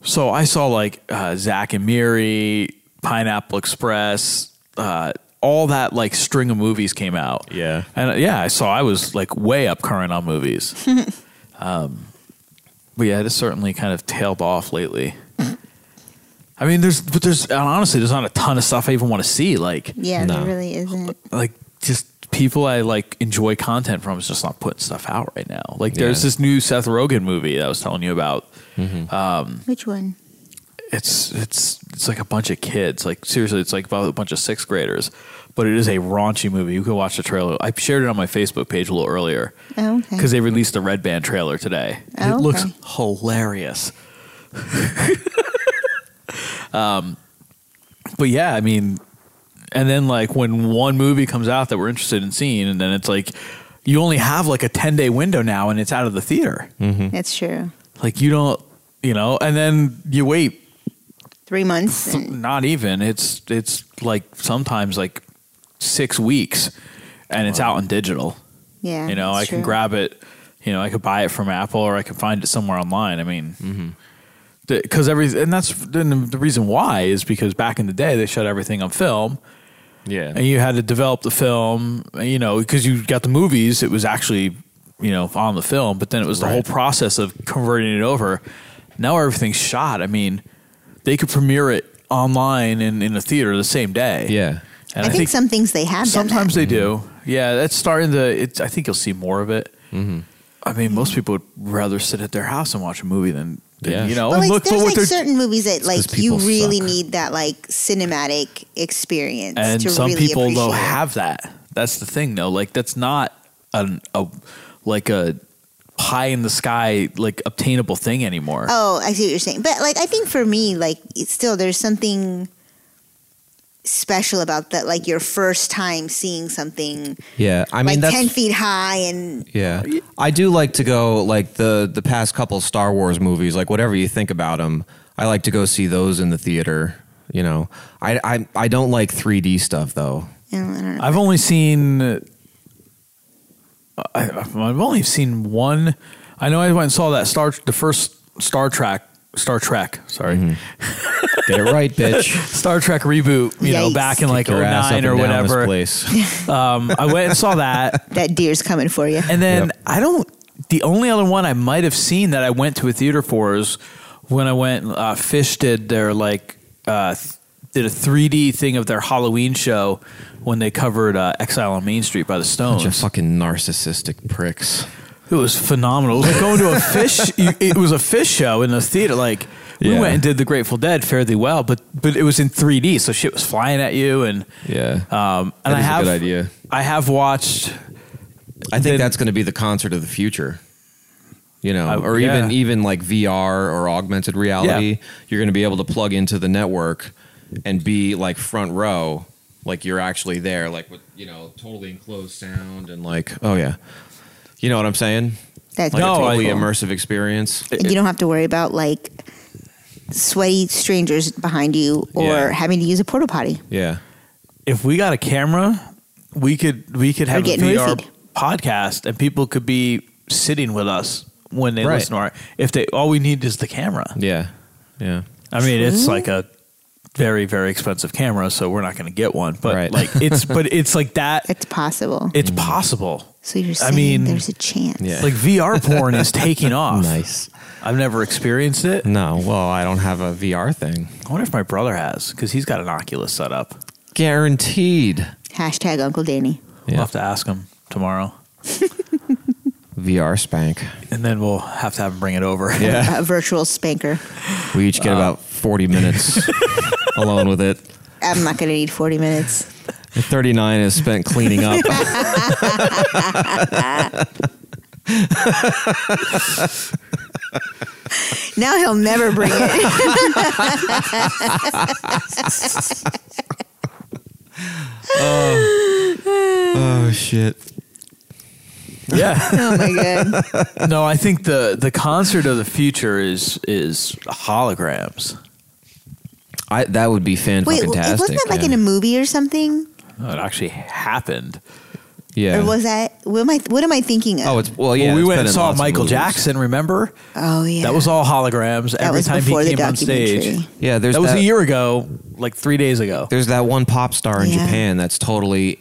so i saw like uh, zach and miri pineapple express uh, all that like string of movies came out Yeah. and uh, yeah i saw i was like way up current on movies um, but yeah it has certainly kind of tailed off lately i mean there's but there's and honestly there's not a ton of stuff i even want to see like Yeah, No. there really isn't. like just people I like enjoy content from is just not putting stuff out right now. Like there's Yeah. this new Seth Rogen movie that I was telling you about. Which one? it's it's it's like a bunch of kids. Like seriously, it's like about a bunch of sixth graders. But it is a raunchy movie. You can watch the trailer. I shared it on my Facebook page a little earlier Oh, okay. because they released the Red Band trailer today. Oh, it looks okay. hilarious. um, but yeah, I mean, and then like when one movie comes out that we're interested in seeing, and then it's like you only have like a ten day window now, and it's out of the theater. That's true. Like you don't, you know, and then you wait Three months. And, not even it's it's like sometimes like six weeks and it's out in digital yeah. you know i that's can true. grab it you know i could buy it from apple or i can find it somewhere online i mean because every and that's then the reason why is because back in the day they shot everything on film Yeah. and you had to develop the film you know because you got the movies it was actually you know on the film but then it was the whole process of converting it over now everything's shot i mean they could premiere it online and in a theater the same day Yeah. and I, think, some things they have. done that. sometimes they do yeah that's starting to it's, i think you'll see more of it i mean most people would rather sit at their house and watch a movie than, than, Yeah. you know But and like, Oh, look there's for what like they're certain movies that 'cause like you people really suck. need that like cinematic experience. and to some really people though appreciate. have that that's the thing though like that's not an, a like a pie in the sky like obtainable thing anymore Oh, I see what you're saying. But like, I think for me, like, it's still there's something special about that. Like your first time seeing something Yeah. I mean, like that's ten feet high and Yeah. I do like to go like the the past couple Star Wars movies, like whatever you think about them, I like to go see those in the theater, you know. I I I don't like 3D stuff though. you know, I don't know. i've only seen uh, I, i've only seen one i know i went and saw that star the first star trek star trek sorry Get it right, bitch. Star Trek reboot, you know, Yikes. back in like Your ass up 09 and or down this whatever. place. Um, I went and saw that. that deer's coming for you. And then Yep. I don't, the only other one I might have seen that I went to a theater for is when I went, uh, Fish did their like, uh, th- did a 3D thing of their Halloween show when they covered uh, Exile on Main Street by the Bunch of Stones. fucking narcissistic pricks. It was phenomenal. It was like going to a fish. you- It was a fish show in the theater. Like we Yeah. went and did the Grateful Dead fairly well, but but it was in 3D, so shit was flying at you. And Yeah. um, and That I is a have good idea. I have watched. I think then- that's going to be the concert of the future. You know, I- or even yeah. even like VR or augmented reality, you're going to be able to plug into the network and be like front row, like you're actually there, like with you know totally enclosed sound and like oh yeah, you know what I'm saying? That's Like No, a totally I- immersive experience. and you don't have to worry about like sweaty strangers behind you or Yeah. having to use a porta potty. Yeah, If we got a camera, we could we could have a getting VR roofied. podcast, and people could be sitting with us when they Right. listen. Or if they all we need is the camera. yeah, yeah. I mean, it's like a very very expensive camera, so we're not going to get one. But Right. Mm. like it's but it's like that. That's possible. It's possible. so you're I saying mean- there's a chance. Yeah. Like VR porn is taking off. Nice. Mm. I've never experienced it. No, well, I don't have a VR thing. I wonder if my brother has because he's got an Oculus set up. Guaranteed. Hashtag Uncle Danny. We'll Yeah. have to ask him tomorrow, VR spank. and then we'll have to have him bring it over. A virtual spanker. We each get Uh, about 40 minutes alone with it. I'm not going to need 40 minutes. 39 is spent cleaning up. Now he'll never bring it. oh, shit. yeah. oh my god. No, I think the the concert of the future is is holograms. I, that would be fan Wait, fucking tastic. wasn't that like in a movie or something? No, it actually happened. Yeah. Or was that what am I what am I thinking of? oh, it's, well, yeah. well, we it's went been and in saw lots of Michael movies. Jackson. Remember Oh, yeah. that was all holograms. That Every was time before he the came on documentary. stage, Yeah, there's that that, was a year ago, like three days ago. There's that one pop star in Yeah. Japan that's totally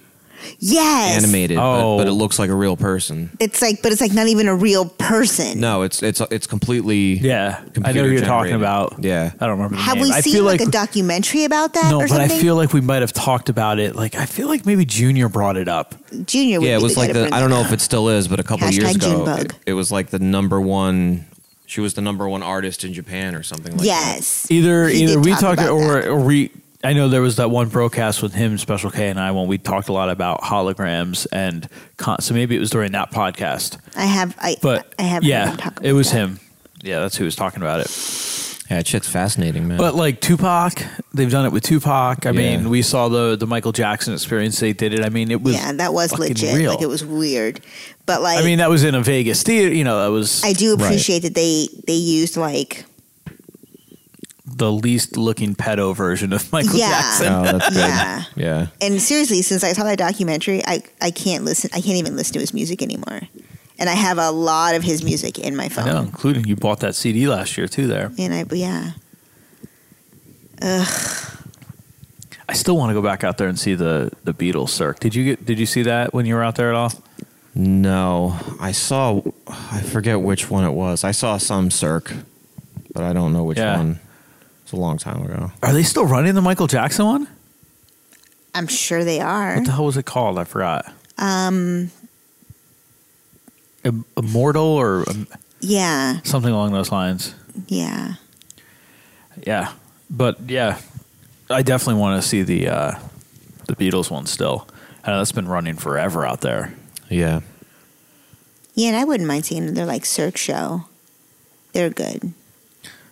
Yes. animated, Oh. but, but it looks like a real person. It's like but it's like not even a real person. No, it's it's it's completely Yeah, I know computer who you're talking generated. about. Yeah. I don't remember. The Have name. we I seen feel like, a documentary about that No, or but something? I feel like we might have talked about it. Like I feel like maybe Junior brought it up. Junior would Yeah, it be was the guy like to the bring I don't that know up. if it still is, but a couple Hashtag years ago, Junebug. it, it was like the number one She was the number one artist in Japan or something like that. yes. Either He either did we talk talked about or that. or we. I know there was that one broadcast with him, Special K, and I when we talked a lot about holograms and con- so maybe it was during that podcast. I have. I, But I have. heard yeah, him talk about it was that. him. Yeah, that's who was talking about it. Yeah, that shit's fascinating, man. But like Tupac, they've done it with Tupac. I Yeah. mean, we saw the the Michael Jackson experience. They did it. I mean, it was Yeah, that was fucking legit. real. Like it was weird, but like I mean, that was in a Vegas theater. You know, that was I do appreciate that they they used like the least looking pedo version of Michael Yeah. Jackson. oh, that's good. yeah. yeah. And seriously, since I saw that documentary, I I can't listen. I can't even listen to his music anymore. And I have a lot of his music in my I know, phone. including you bought that CD last year too. There, And I yeah. I still want to go back out there and see the the Beatles Cirque. Did you get? Did you see that when you were out there at all? No, I saw. I forget which one it was. I saw some Cirque, but I don't know which Yeah. one. It's a long time ago. Are they still running the Michael Jackson one? I'm sure they are. What the hell was it called? I forgot. Um. Im- Immortal or um, Yeah. something along those lines. Yeah. Yeah, but yeah, I definitely want to see the uh, the Beatles one still. Uh, that's been running forever out there. Yeah. Yeah. And I wouldn't mind seeing another like Cirque show. They're good.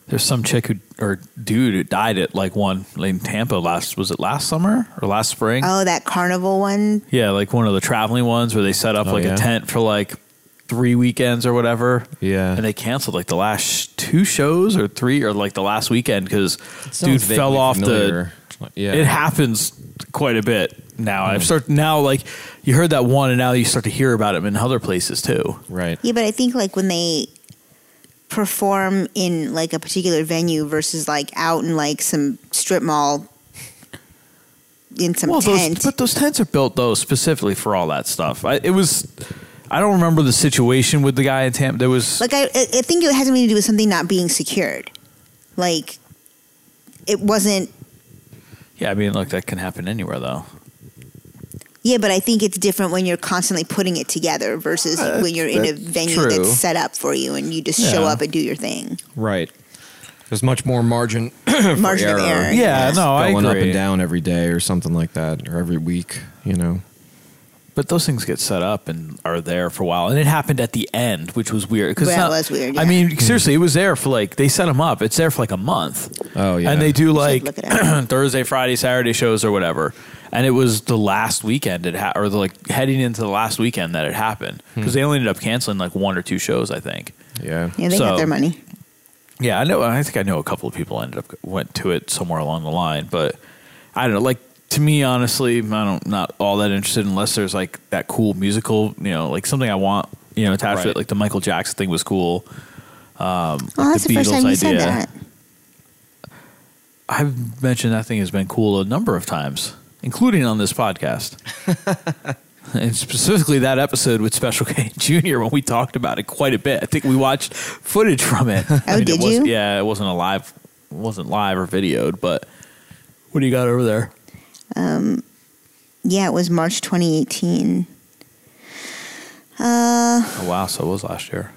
There's some chick who or dude who died at like one in Tampa last was it last summer or last spring? Oh, that carnival one. Yeah, like one of the traveling ones where they set up Oh, like yeah? a tent for like three weekends or whatever. Yeah. And they canceled like the last sh- two shows or three or like the last weekend because dude Sounds fell vaguely off familiar. the. Yeah. It happens quite a bit now. Hmm. I've start now like you heard that one and now you start to hear about it in other places too. Right. Yeah, but I think like when they perform in like a particular venue versus like out in like some strip mall in some tent. Those, but those tents are built though specifically for all that stuff. I, it was. I don't remember the situation with the guy in Tampa. There was like I, I I think it has something to do with something not being secured. Like it wasn't. yeah. I mean, look, that can happen anywhere though. Yeah, but I think it's different when you're constantly putting it together versus when you're in a venue true. that's set up for you and you just show Yeah. up and do your thing. Right. There's much more margin Margin of error. Yeah, no, I going agree. up and down every day or something like that, or every week. You know. But those things get set up and are there for a while, and it happened at the end, which was weird. 'cause Well, it's not- it was weird, I yeah. mean, seriously, it was there for like they set them up. It's there for like a month. Oh, yeah. and they do like look it up. Thursday, Friday, Saturday shows or whatever. And it was the last weekend it ha- or the, like heading into the last weekend that it happened Hmm. because they only ended up canceling like one or two shows, I think. Yeah. Yeah, they got So- their money. Yeah, I know. I think I know a couple of people ended up went to it somewhere along the line, but I don't know. Like to me, honestly, I don't not all that interested unless there's like that cool musical, you know, like something I want, you know, attached to Right. it. Like the Michael Jackson thing was cool. Um, Oh, that's the the, first Beatles time you said idea. that. I've mentioned that thing has been cool a number of times, including on this podcast. And specifically that episode with Special K Jr. when we talked about it quite a bit. I think we watched footage from it. Oh, did it was, you? Yeah, it wasn't a live, wasn't live or videoed. But what do you got over there? Yeah, it was March 2018. Uh, Oh wow, so it was last year.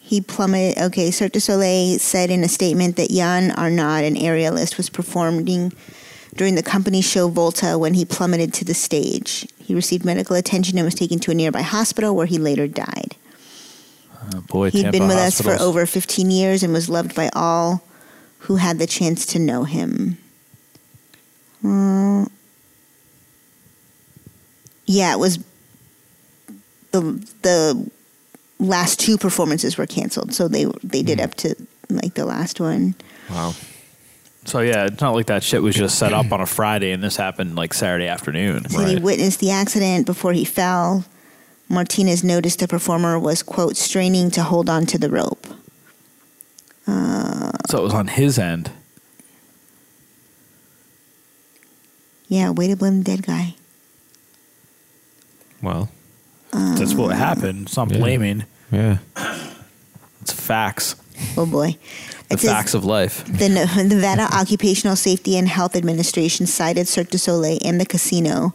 he plummeted. Okay, Cirque du Soleil said in a statement that Jan Arnaud, an aerialist, was performing during the company show Volta when he plummeted to the stage. He received medical attention and was taken to a nearby hospital where he later died. Oh boy, He'd Tampa been with us for hospitals. over 15 years and was loved by all who had the chance to know him. Mm. Yeah, it was the the last two performances were canceled, so they they Hmm. did up to like the last one. Wow. So yeah, it's not like that shit was just set up on a Friday and this happened like Saturday afternoon. said he witnessed the accident before he fell. Martinez noticed the performer was quote straining to hold on to the rope. So it was on his end. Yeah, way to blame the dead guy. Well. That's what happened. It's not Yeah. blaming. Yeah. It's facts. Oh boy, The It says- facts of life. The Ne- Nevada Occupational Safety and Health Administration cited Cirque du Soleil and the casino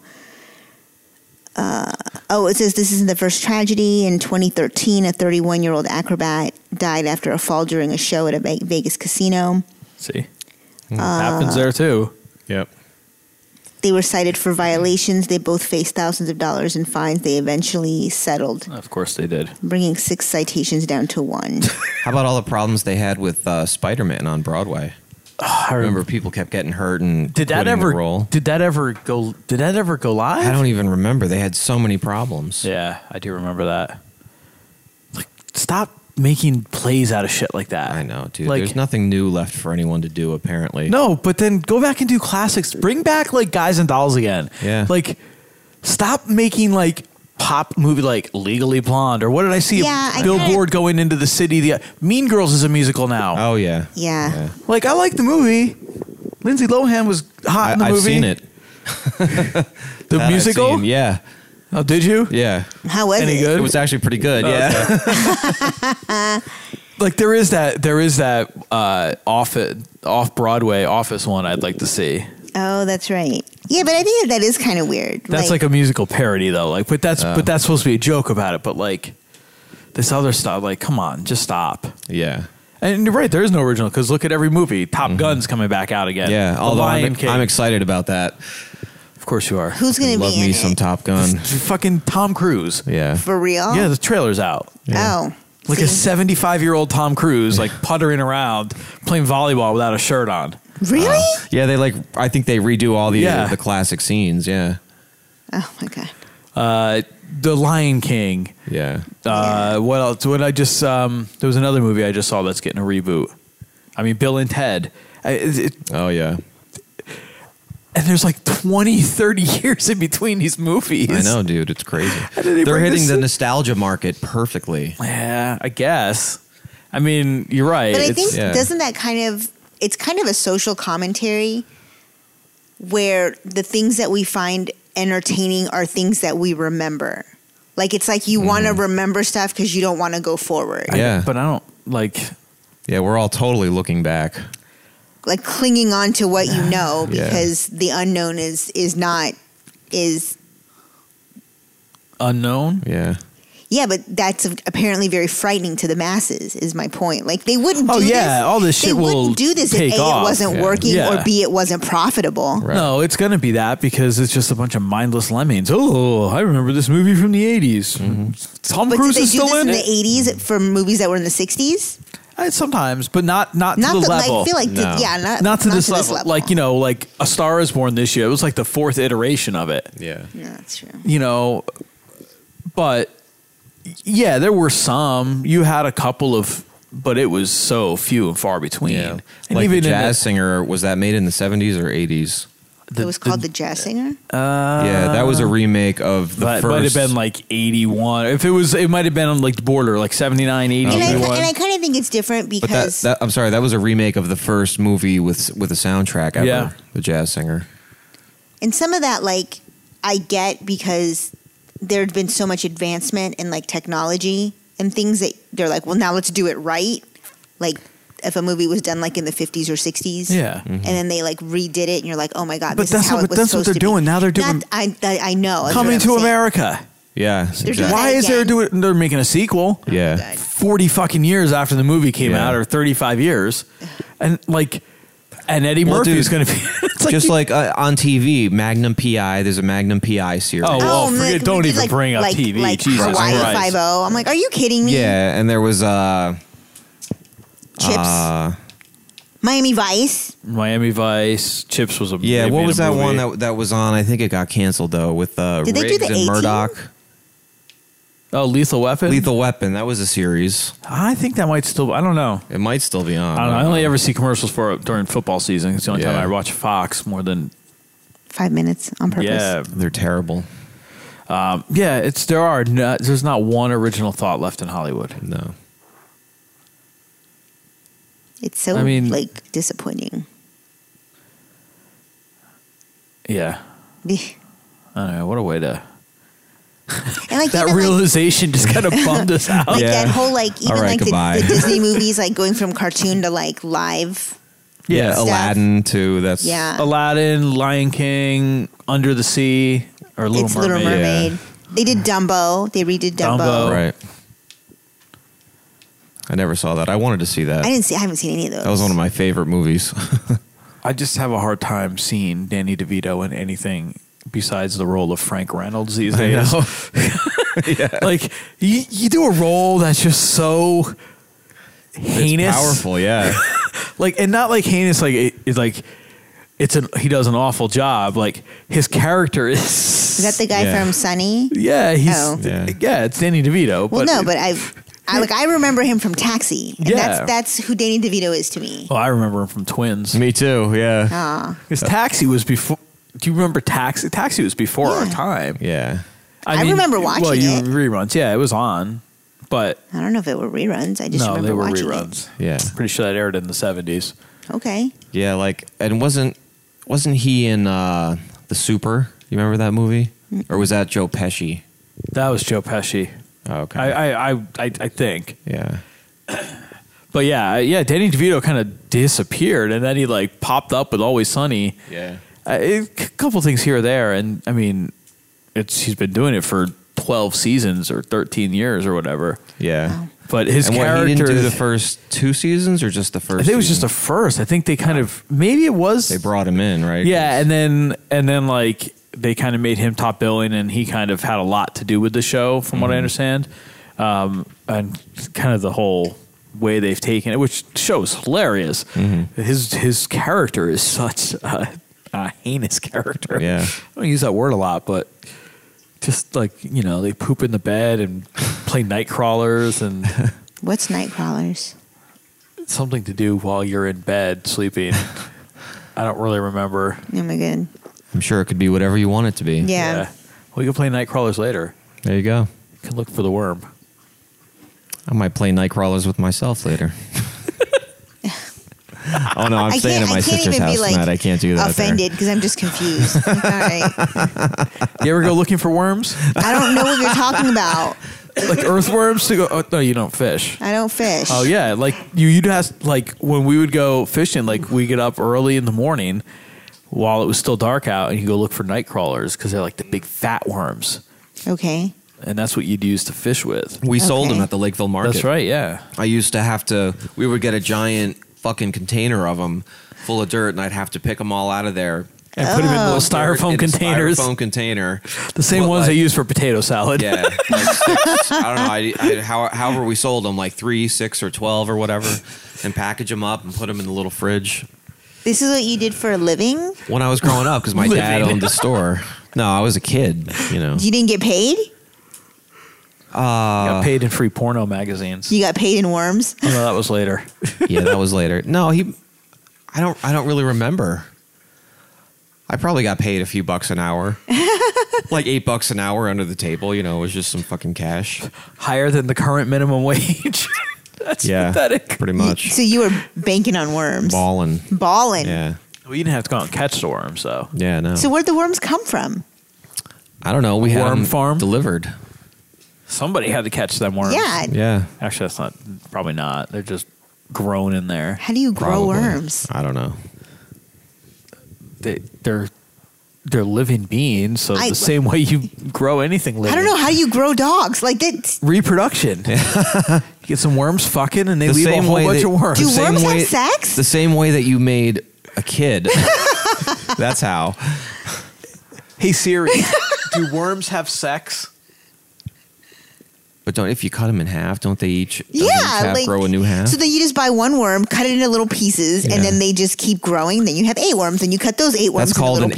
Oh, it says this isn't the first tragedy. In 2013, a 31 year old acrobat died after a fall during a show at a Ve- Vegas casino. See, Mm. happens there too. Yep. They were cited for violations. They both faced thousands of dollars in fines. They eventually settled, Of course they did. bringing six citations down to one. How about all the problems they had with uh, Spider Man on Broadway? Ah, I remember people kept getting hurt and Did that quitting ever? the role. Did that ever go? Did that ever go live? I don't even remember. They had so many problems. e- Yeah, I do remember that. Like, stop making plays out of shit like that. I know, dude. Like, There's nothing new left for anyone to do, apparently. No, but then go back and do classics. Bring back like guys and dolls again. Yeah. Like, stop making like pop movie like Legally Blonde or what did I see? Yeah, I a billboard going into the city. The Mean Girls is a musical now. Oh, yeah. Yeah. Like I like the movie. Lindsay Lohan was hot in the I, have movie. seen it. The That I've musical. seen. Yeah. Oh, did you? Yeah. How was Any it? good? Oh, It was actually pretty good. yeah. like there is that there is that uh, off off Broadway office one I'd like to see. Oh, that's right. Yeah, but I think that, that is kind of weird. That's like, a musical parody though. Like, but that's but that's supposed to be a joke about it. But like this other stuff, like come on, just stop. Yeah. And you're right, there is no original because look at every movie. Top Gun's coming back out again. Mm-hmm. Yeah. The Although Lion I'm, King. I'm Mm-hmm. excited about that. of course you are. who's going to Love be me in some it? Top Gun. Fucking Tom Cruise. Yeah. for real? Yeah, the trailer's out. Oh. Like a 75 year old Tom Cruise, like puttering around playing volleyball without a shirt on. really? Um, Yeah. They like, I think they redo all the, uh, Yeah. the classic scenes. Yeah. oh my god. Uh, the Lion King. Yeah. Uh, Yeah. what else? What I just um, there was another movie I just saw that's getting a reboot. I mean, Bill and Ted. I, it, it- Oh, yeah. and there's like 20, 30 years in between these movies. I know, dude. It's crazy. they They're bring hitting this the in? nostalgia market perfectly. Yeah, I guess. I mean, you're right. But I It's- think yeah. doesn't that kind of it's kind of a social commentary where the things that we find entertaining are things that we remember. Like it's like you want to Mm-hmm. remember stuff because you don't want to go forward. I- Yeah. but I don't like. Yeah. We're all totally looking back. Like clinging on to what you know Yeah. because the unknown is is not is Unknown? Yeah. yeah, but that's apparently very frightening to the masses. Is my point? Like they wouldn't. Oh, do yeah, this. all this they shit will wouldn't do this take if a off. it wasn't Yeah. working Yeah. or b it wasn't profitable. Right. No, it's going to be that because it's just a bunch of mindless lemmings. Oh, I remember this movie from the 80s. Mm-hmm. Tom But Cruise did they is do still this in in it. the 80s for movies that were in the 60s? Uh, sometimes, but not not, to Not the, the, level. I feel like, the- No. yeah, not, not to, this, level. Like you know, like A Star Is Born this year. It was like the fourth iteration of it. Yeah. Yeah, that's true. You know, but yeah, there were some. You had a couple of, but it was so few and far between. Yeah. And like even in the jazz the- singer, was that made in the 70s or 80s? it was called The Jazz Singer. yeah, that was a remake of the Uh, but it first. might have been like 81. If it was, it might have been on like the border, like 79, 80, and, I, 81. and I kind of think it's different but that, because that, I'm sorry, that was a remake of the first movie with with a soundtrack ever. Yeah. The Jazz Singer. and some of that like I get because there'd been so much advancement in like technology and things that they're like, well, now let's do it right. Like if a movie was done like in the 50s or 60s, Yeah. and then they like redid it, and you're like, oh my god, But this that's is how what- it was that's what supposed they're to be. doing. Now they're doing- Not, I, I, I know that's what Coming I'm to saying. America. Yeah. doing Exactly. Why is there again. doing? They're making a sequel. Yeah. 40 fucking years after the movie came Yeah. out or 35 years and like and eddie Well, murphy dude, is going to be it's like Just you- like uh, on TV, Magnum PI, there's a Magnum PI series. Oh, well, man, forget- like, don't we did, even like- bring up like, TV, Like Jesus Hawaii Christ. Five O. I'm like, are you kidding me? Yeah, and there was uh, Chips, uh Miami Vice. miami vice chips was a yeah, they what made was a that movie. one that that was on? I think it got canceled though with uh Did they do Riggs the and 18? Murdoch. oh lethal weapon Lethal Weapon, that was a series. i think that might still i don't know It might still be on. i don't know i only ever see commercials for it during football season it's the only time Yeah. i watch fox more than Five minutes on purpose. yeah They're terrible. yeah it's there are no, there's not one original thought left in hollywood No. It's so I mean- like disappointing. yeah And i don't know what a way to like that even, like, realization just kind of bummed us out like Yeah. that whole like even All right, like the, goodbye. the Disney movies like going from cartoon to like live. Yeah, Stuff. Aladdin too. That's Yeah. Aladdin, Lion King, Under the Sea, Or Little it's Mermaid. Little Mermaid. They did Dumbo. They redid Dumbo. Dumbo. Right. I never saw that. I wanted to see that. I didn't see. I haven't seen any of those. That was one of my favorite movies. I just have a hard time seeing Danny DeVito in anything besides the role of Frank Reynolds these days. Like you, you do a role that's just so heinous, It's powerful, yeah. like and not like heinous, like it, it's like it's an he does an awful job. Like his character is Is that the guy Yeah. from Sunny? yeah he's Oh. yeah. Yeah. it's Danny DeVito. Well, no, but I, I like I remember him from Taxi. And Yeah. That's that's who Danny DeVito is to me. oh, I remember him from Twins. Me uh, too, Oh. yeah. Ah, His Taxi was before. Do you remember Taxi? Taxi was before our Yeah. time. Yeah. I remember well, watching you it. reruns. Yeah, it was on, but I don't know if it were reruns. I just no, remember they were watching reruns. Yeah. Pretty sure that aired in the seventies. it. Okay, Yeah, like and wasn't wasn't he in uh The Super? You remember that movie? Or was that Joe Pesci? That was Joe Pesci. Oh, okay. I, I, I, I, I think. yeah. But yeah, yeah. Danny DeVito kind of disappeared, and then he like popped up with Always Sunny. Yeah. Uh, it- a couple things here or there, and I mean, it's he's been doing it for twelve seasons or thirteen years or whatever. Yeah. Wow. But his And what, character, he didn't do the first two seasons or just the first I think it was just season? the first. I think they kind of maybe it was They brought him in, right? Yeah, and then and then like they kind of made him top billing, and he kind of had a lot to do with the show, from what I understand, um, and kind of the whole way they've taken it, which the show is hilarious. His his character is such a, a heinous character. Yeah. I don't use that word a lot, but just like you know, they poop in the bed and play night crawlers and what's Nightcrawlers? something to do while you're in bed sleeping. I don't really remember. Oh my god, I'm sure it could be whatever you want it to be. yeah. We can play Nightcrawlers later. There you go. You can look for the worm. I might play Nightcrawlers with myself later. oh no, I'm I staying can't. at I my can't sister's even house be like tonight. I can't do that. there. offended because I'm just confused. Like, all right, You ever go looking for worms? I don't know what you're talking about. like earthworms to go? Oh, no, you don't fish. I don't fish. Oh yeah, like you, you'd ask like when we would go fishing. Like we get up early in the morning while it was still dark out, and you go look for night crawlers because they're like the big fat worms, Okay. and that's what you'd use to fish with. We sold them Okay. at the Lakeville Market. That's right. Yeah. I used to have to. We would get a giant fucking container of them full of dirt, and I'd have to pick them all out of there. And put them in little styrofoam In a containers, Styrofoam container. the same Well, ones like- they use for potato salad. Yeah, like six, I don't know. I, I, how, however, we sold them like three, six, or twelve, or whatever, and package them up and put them in the little fridge. This is what you did for a living? When I was growing up, because my dad Living. owned the store. No, I was a kid. You know, You didn't get paid? Got paid in free porno magazines. You got paid in worms? Oh, no, that was later. yeah, that was later. No, he. I don't. I don't really remember. I probably got paid a few bucks an hour, like eight bucks an hour under the table. You know, it was just some fucking cash. Higher than the current minimum wage. That's Yeah, pathetic. pretty much. So you were banking on worms. Balling. Balling. Yeah, We didn't have to go out and catch the worms, though. yeah. No, So where'd the worms come from? I don't know. We had Worm 'em farm? delivered. Somebody had to catch them worms. Yeah. Yeah, Actually, that's not probably not. They're just grown in there. How do you grow probably. worms? I don't know. They, they're they're living beings, so I- the same way you grow anything living. I don't know. How do you grow dogs? Like that Reproduction. You Get some worms fucking, and they The leave a same whole way bunch that- of worms. do same worms way- have sex? The same way that you made a kid. That's how. hey Siri, do worms have sex? But don't if you cut them in half, don't they each? doesn't yeah, each half like grow a new half. So then you just buy one worm, cut it into little pieces, Yeah. and then they just keep growing. Then you have eight worms, and you cut those eight worms. That's into called little an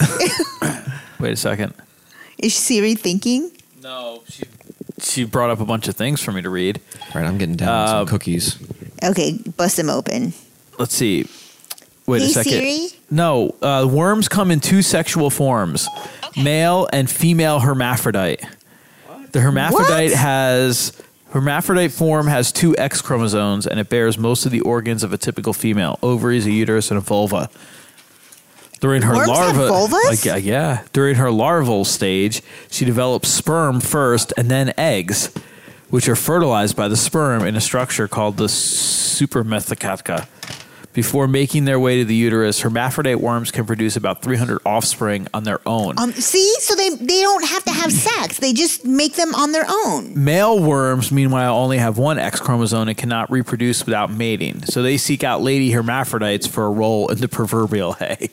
pieces. alien. Wait a second. Is Siri thinking? No, she she brought up a bunch of things for me to read. All right, I'm getting down Uh, some cookies. Okay, bust them open. Let's see. Wait a Hey, second. Siri? No, uh, worms come in two sexual forms male and female hermaphrodite. The hermaphrodite What? has. Hermaphrodite form has two X chromosomes and it bears most of the organs of a typical female ovaries, a uterus, and a vulva. During her Worms have larva, vulvas? like, yeah, yeah. During her larval stage, she develops sperm first and then eggs, which are fertilized by the sperm in a structure called the supramethacatka. Before making their way to the uterus, hermaphrodite worms can produce about 300 offspring on their own. Um, see, so they they don't have to have sex. They just make them on their own. Male worms, meanwhile, only have one X chromosome and cannot reproduce without mating. So they seek out lady hermaphrodites for a role in the proverbial hay.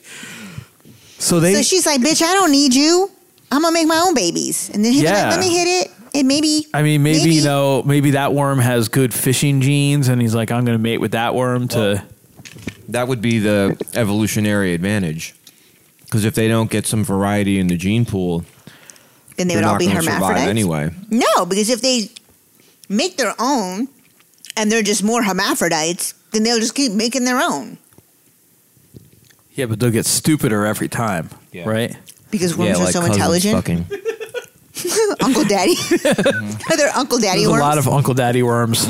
So they So she's like, "Bitch, I don't need you. I'm gonna make my own babies." And then he's Yeah. like, "Let me hit it." And maybe I mean, maybe, you know, maybe that worm has good fishing genes, and he's like, I'm going to mate with that worm to. That would be the evolutionary advantage. Because if they don't get some variety in the gene pool, then they are would all not be going to survive hermaphrodites anyway. No, because if they make their own and they're just more hermaphrodites, then they'll just keep making their own Yeah, but they'll get stupider every time, Yeah. right? because worms are so intelligent. Fucking. Uncle Daddy, are there Uncle Daddy There's worms? Mm-hmm. a lot of Uncle Daddy worms.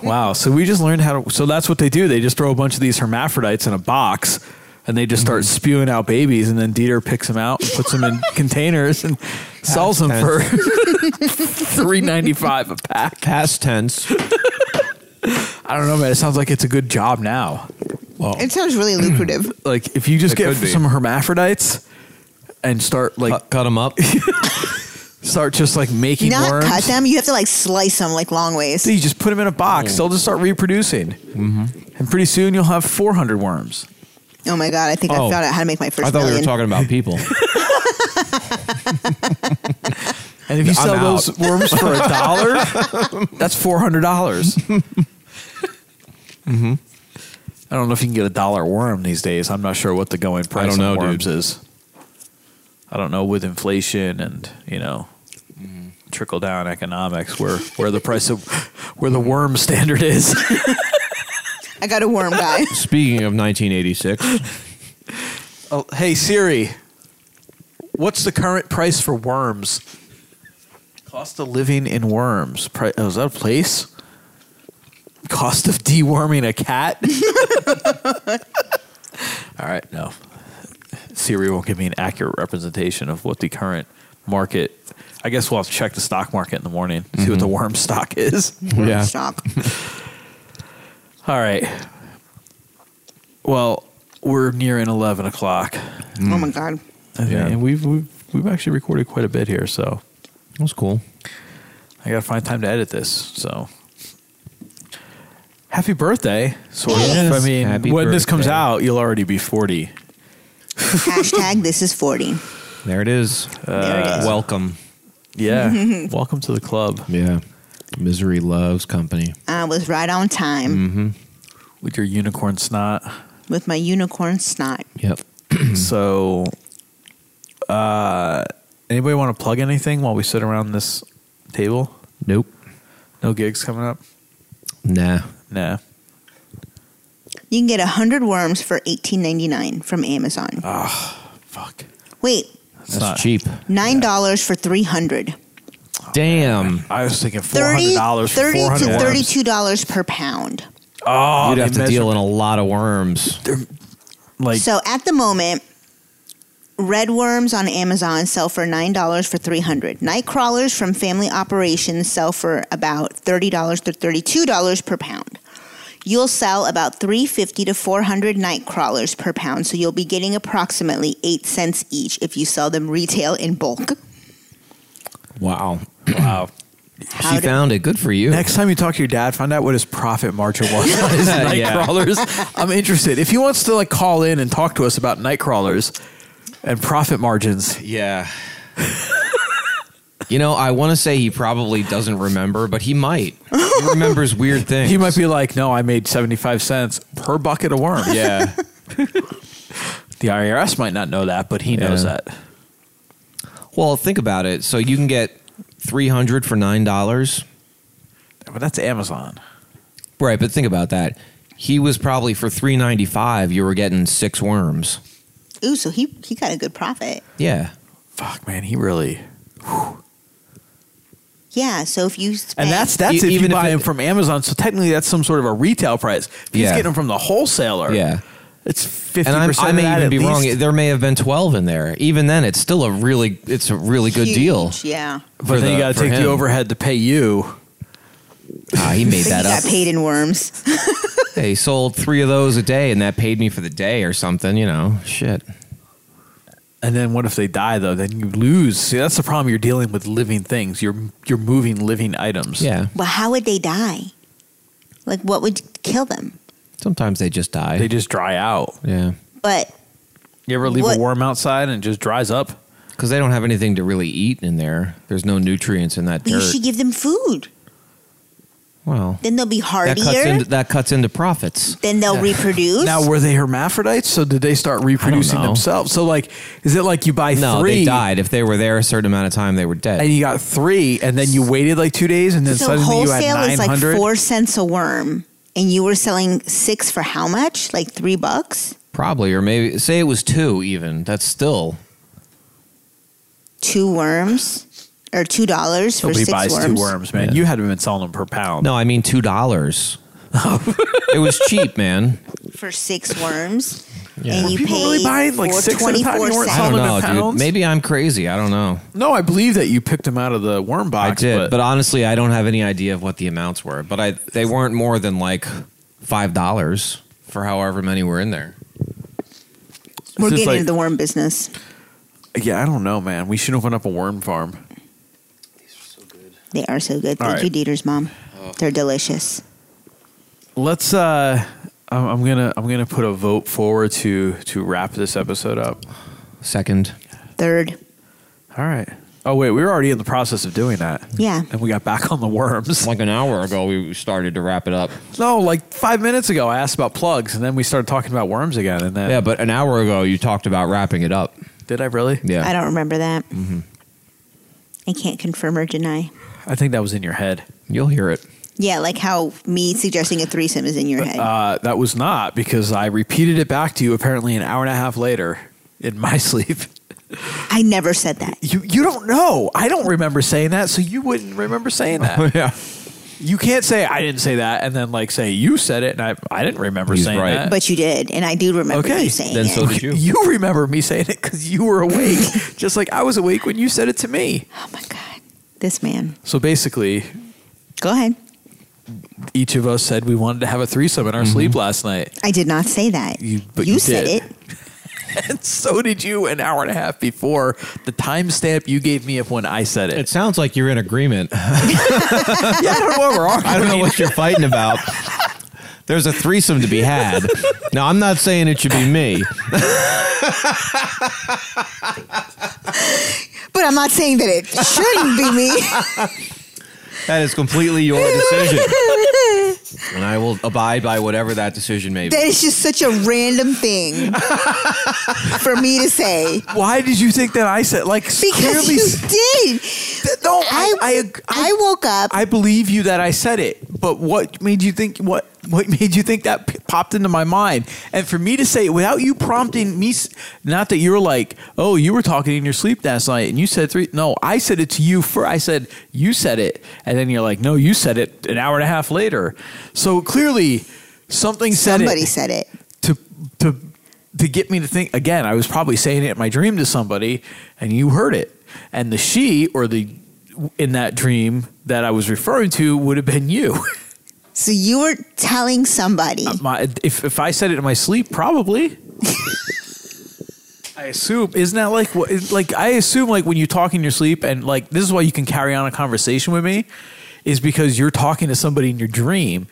wow. So we just learned how to. So that's what they do. They just throw a bunch of these hermaphrodites in a box and they just start Mm-hmm. spewing out babies. And then Dieter picks them out and puts them in containers and sells them for three ninety five a pack. Past tense. I don't know, man. It sounds like it's a good job now. it sounds really lucrative. Like if you just It get could be. some hermaphrodites and start Uh, like Cut, cut them up. start just like making not worms. cut them. You have to like slice them like long ways. You just put them in a Oh. box. They'll just start reproducing, Mm-hmm. and pretty soon you'll have four hundred worms. Oh my god, I think Oh. I found out how to make my first I thought we million. were talking about people. And if you I'm sell out. those worms for a dollar, that's four hundred dollars. Mm-hmm. I don't know if you can get a dollar worm these days. I'm not sure what the going price don't know, on dude. worms is. I don't know with inflation and you know Mm-hmm. trickle down economics where where the price of where the worm standard is. I got a worm guy. Speaking of 1986, Oh, hey Siri, what's the current price for worms? Cost of living in worms. Pri- oh, is that a place? Cost of deworming a cat. All right, no. Siri won't give me an accurate representation of what the current market. I guess we'll have to check the stock market in the morning, see what the worm stock is. yeah, Shock. Mm-hmm. All right. Well, we're nearing eleven o'clock. Oh my god. I think- Yeah. And we've, we've we've actually recorded quite a bit here, so that was cool. I gotta find time to edit this. So happy birthday, sort of. Yes. I mean, Happy when this comes birthday. out, you'll already be forty. Hashtag this is forty. There it is. There it is. Uh, Welcome. Yeah, welcome to the club Yeah, misery loves company. I was right on time with your unicorn snot. with my unicorn snot. Yep. Hmm. so, uh, anybody want to plug anything while we sit around this table? Nope. No gigs coming up. Nah. Nah. You can get hundred worms for eighteen ninety nine from Amazon. Ah. Fuck. Wait, That's That's cheap. nine dollars for three hundred. Damn. I was thinking four hundred 30, dollars for 30 four to hundred thirty-two dollars per pound. Oh, You'd they have to measure- deal in a lot of worms. like so at the moment, red worms on Amazon sell for nine dollars for three hundred. Night crawlers from Family Operations sell for about thirty dollars to thirty-two dollars per pound. You'll sell about three fifty to four hundred night crawlers per pound, so you'll be getting approximately eight cents each if you sell them retail in bulk. Wow. wow. How she did- found it. Good for you. Next time you talk to your dad, find out what his profit margin was on his night Yeah. crawlers. I'm interested. If he wants to like call in and talk to us about night crawlers and profit margins, Yeah. you know, I want to say he probably doesn't remember, but he might. He remembers weird things. he might be like, "No, I made 75 cents per bucket of worms." Yeah. The IRS might not know that, but he knows Yeah. that. Well, think about it. So you can get 300 for $9. But that's Amazon. Right, but think about that. He was probably for 395 you were getting six worms. Ooh, so he he got a good profit. Yeah. Fuck, man, he really. Yeah. So if you spend, And that's that's E- if even you if buy it- them from Amazon. So technically, that's some sort of a retail price. If he's Yeah. getting them from the wholesaler. Yeah. it's fifty And I'm, percent. I may that even at be least. wrong. There may have been 12 in there. Even then it's still a really it's a really good huge, deal. Yeah. But for then you the- got to for take him. the overhead to pay you. Ah, he made But he that got up. paid in worms. He sold three of those a day, and that paid me for the day or something. You know, shit. And then what if they die though? Then you lose. See, that's the problem. You're dealing with living things. You're you're moving living items. Yeah. Well, how would they die? Like, what would kill them? Sometimes they just die. They just dry out. yeah. But You ever leave What- a worm outside and it just dries up? Because they don't have anything to really eat in there. There's no nutrients in that you dirt. should give them food. well, Then they'll be that hardier. cuts, into, that cuts into profits. then they'll reproduce. Now were they hermaphrodites? So did they start reproducing know. themselves? So like, is it like you buy No, three? they died. If they were there a certain amount of time, they were dead. And you got three, and then you waited like two days, and then so suddenly you had wholesale nine is like hundred. four cents a worm, and you were selling six for how much? Like three bucks? Probably, or maybe say it was two. Even that's still Two worms? Or two dollars for Nobody six buys worms? two worms, man. Yeah. You had to have been selling them per pound. no. I mean two dollars. it was cheap, man. For six worms, Yeah. and Were you people paid really buying, like, for six at a time? You twenty-four weren't cents. I don't Solomon know, dude. pounds? Maybe I'm crazy. I don't know. No, I believe that you picked them out of the worm I box. did, but, honestly, I don't have any idea of what the amounts were. But I they weren't more than like five dollars for however many were in there. We're It's just getting like- into the worm business. yeah, I don't know, man. We should open up a worm farm. They are so good. All Thank you, right. Dieter's mom. They're delicious. Let's. uh I'm, I'm gonna. I'm gonna put a vote forward to to wrap this episode up. Second, Third, All right. Oh wait, we were already in the process of doing that. yeah. And we got back on the worms. like an hour ago, we started to wrap it up. No, like five minutes ago, I asked about plugs, and then we started talking about worms again. And then, Yeah, but an hour ago, you talked about wrapping it up. did I really? Yeah, I don't remember that. I can't confirm or deny. I think that was in your head. you'll hear it. Yeah, like how me suggesting a threesome is in your head. Uh, that was not because I repeated it back to you apparently an hour and a half later in my sleep. I never said that. You you don't know. I don't remember saying that, so you wouldn't remember saying that. yeah. you can't say I didn't say that, and then like say you said it, and I I didn't remember He's saying right. that. But you did, and I do remember Okay, you saying then it. so did you. you remember me saying it because you were awake, just like I was awake when you said it to me. oh my god, this man. So basically, Go ahead. each of us said we wanted to have a threesome in our Mm-hmm. sleep last night. I did not say that. You- but you said did. it. And so did you an hour and a half before the timestamp you gave me of when I said it. It sounds like you're in agreement. yeah, I don't know what we're I arguing. don't know what you're fighting about. There's a threesome to be had. Now, I'm not saying it should be me. But I'm not saying that it shouldn't be me. That is completely your decision. And I will abide by whatever that decision may be. that is just such a random thing for me to say. Why did you think that I said like Because clearly? you did. no, I I, I, I, ag- I woke up. I believe you that I said it, but what made you think what what made you think that p- popped into my mind? And for me to say it without you prompting me, s- not that you were like, oh, you were talking in your sleep last night and you said three. No, I said it to you. For I said you said it, and then you're like, no, you said it an hour and a half later. So clearly, something said it Somebody said it. to to to get me to think again. I was probably saying it in my dream to somebody, and you heard it. And the she or the in that dream that I was referring to would have been you. So you were telling somebody. Uh, my, if if I said it in my sleep, probably. I assume isn't that like what is- like I assume like when you talk in your sleep and like this is why you can carry on a conversation with me is because you're talking to somebody in your dream.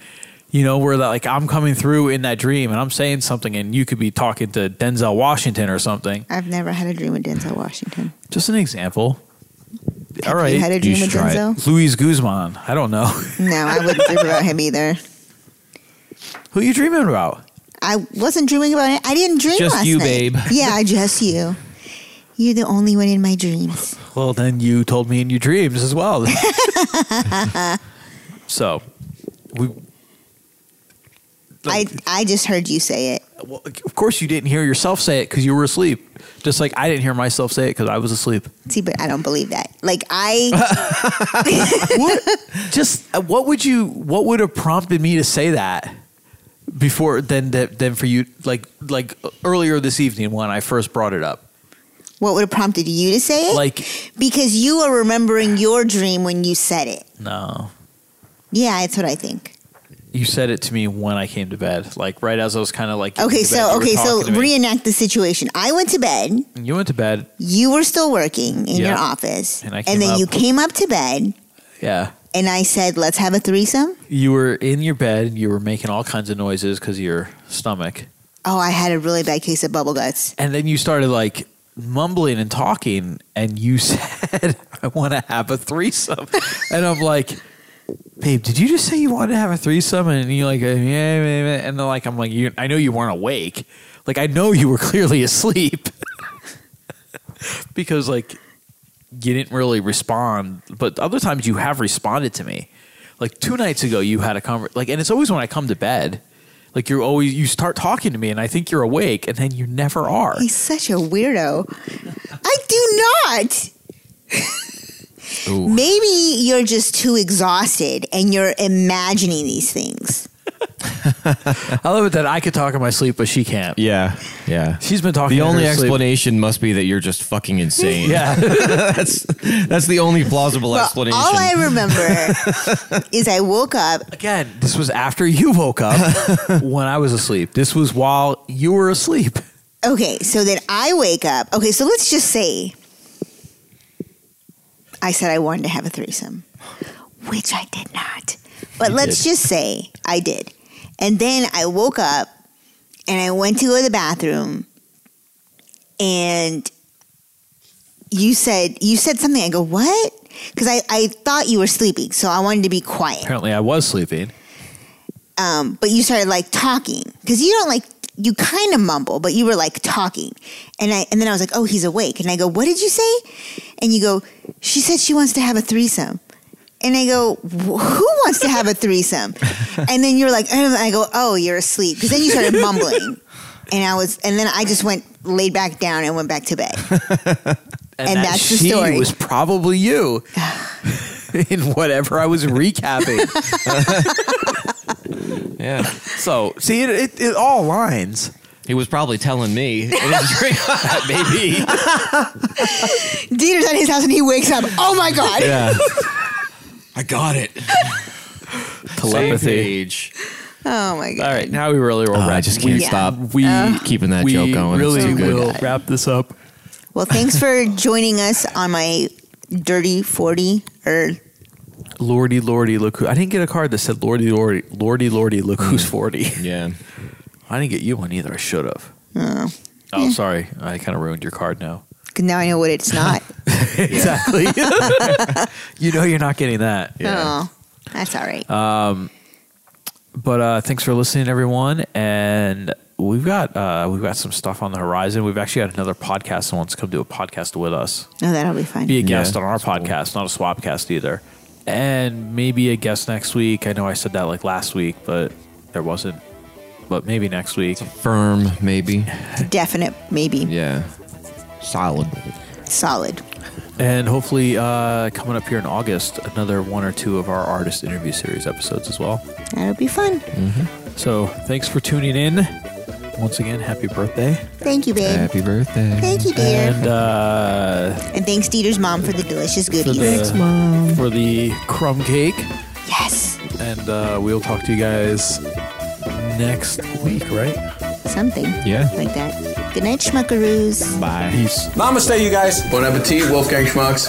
You know, where that like I'm coming through in that dream and I'm saying something and you could be talking to Denzel Washington or something. I've never had a dream with Denzel Washington. Just an example. All right. You had a you dream with should try it. Denzel? Luis Guzman. I don't know. No, I wouldn't dream about him either. Who you dreaming about? I wasn't dreaming about it. I didn't dream Just last you, night. babe. Yeah, just you. You're the only one in my dreams. Well, then you told me in your dreams as well. so, we, I, I just heard you say it. well, of course, you didn't hear yourself say it because you were asleep. Just like I didn't hear myself say it because I was asleep. See, but I don't believe that. Like I, Just uh, what would you? What would have prompted me to say that before? Then, that then for you, like like earlier this evening when I first brought it up, what would have prompted you to say it? like because you are remembering your dream when you said it. no, Yeah, that's what I think. You said it to me when I came to bed, like right as I was kind of like getting Okay, to bed, you so were okay, so talking to me. reenact the situation. I went to bed. you went to bed, You were still working in your Yeah. office, And I came then up. you came up to bed, yeah. and I said, "Let's have a threesome." You were in your bed, and you were making all kinds of noises because of your stomach, Oh, I had a really bad case of bubble guts. and then you started like mumbling and talking, and you said, "I want to have a threesome," and I'm like. Babe, did you just say you wanted to have a threesome? And you're like, yeah, yeah, yeah. and then like, I'm like, you, I know you weren't awake. Like, I know you were clearly asleep because like you didn't really respond. But other times you have responded to me. Like two nights ago, you had a conver like, and it's always when I come to bed. Like you're always you start talking to me, and I think you're awake, and then you never are. He's such a weirdo. I do not. Ooh. Maybe you're just too exhausted and you're imagining these things. I love it that I could talk in my sleep, but she can't. Yeah, yeah. She's been talking. The in only her sleep. explanation must be that you're just fucking insane. Yeah, that's that's the only plausible Well, explanation. all I remember is I woke up. again, this was after you woke up when I was asleep. This was while you were asleep. Okay, so then I wake up. Okay, so let's just say I said I wanted to have a threesome, which I did not. But let's just say I did. And then I woke up and I went to go to the bathroom and you said you said something. I go, "What?" Cuz I I thought you were sleeping, so I wanted to be quiet. Apparently, I was sleeping. um, but you started like talking because you don't like you kind of mumble, but you were like talking, and I and then I was like, oh, he's awake, and I go, what did you say? And you go, she said she wants to have a threesome, and I go, "Wh- who wants to have a threesome? and then you're like, and I go, oh, you're asleep, because then you started mumbling, and I was, and then I just went laid back down and went back to bed. And that that's the she story. was probably you in whatever I was recapping. yeah, so see, it, it, it all lines. he was probably telling me. It was very hot, baby. Dieter's at his house, and he wakes up, oh my god. Yeah. I got it. Telepathy. page. Oh my god! All right, now we really will. Uh, I wrap- just can't Yeah. Uh, stop We keeping that we joke going. It's really too good. will wrap this up. Well, thanks for joining us on my dirty 40 or Lordy, lordy, look who! I didn't get a card that said "Lordy, lordy, lordy, lordy, look who's 40. Yeah. Hmm. I didn't get you one either. I should have. Oh, sorry. I kind of ruined your card now. now I know what it's not. Exactly. you know you're not getting that. Oh, that's all right. but uh, thanks for listening, everyone. And we've got uh, we've got some stuff on the horizon. We've actually had another podcast. Someone's come do a podcast with us, no, that'll be fine. be a guest on our that's cool. podcast, not a swapcast either, and maybe a guest next week. I know I said that like last week, but there wasn't. But maybe next week. Firm, maybe. Definite, maybe. Yeah. Solid. Solid. And hopefully, uh, coming up here in August, another one or two of our artist interview series episodes as well. That'll be fun. So thanks for tuning in. Once again, happy birthday. Thank you, babe. Happy birthday. Thank you, dear. And uh, And thanks, Dieter's mom, for the delicious goodies. the, for the crumb cake. yes. And uh, we'll talk to you guys next week, right? Something. Yeah. Like that. Good night, schmuckaroos. Bye. Peace. Namaste, you guys. Bon appetit, Wolfgang Schmucks.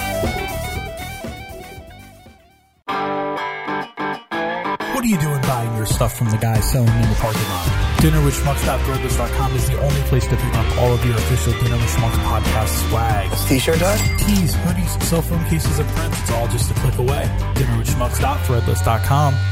What are you doing buying your stuff from the guy selling in the parking lot? DinnerWithSchmucks.threadless.com is the only place to pick up all of your official Dinner with Schmucks podcast swag. T-shirt dog? Tees, hoodies, cell phone cases, and prints. It's all just a click away. DinnerWithSchmucks.threadless.com.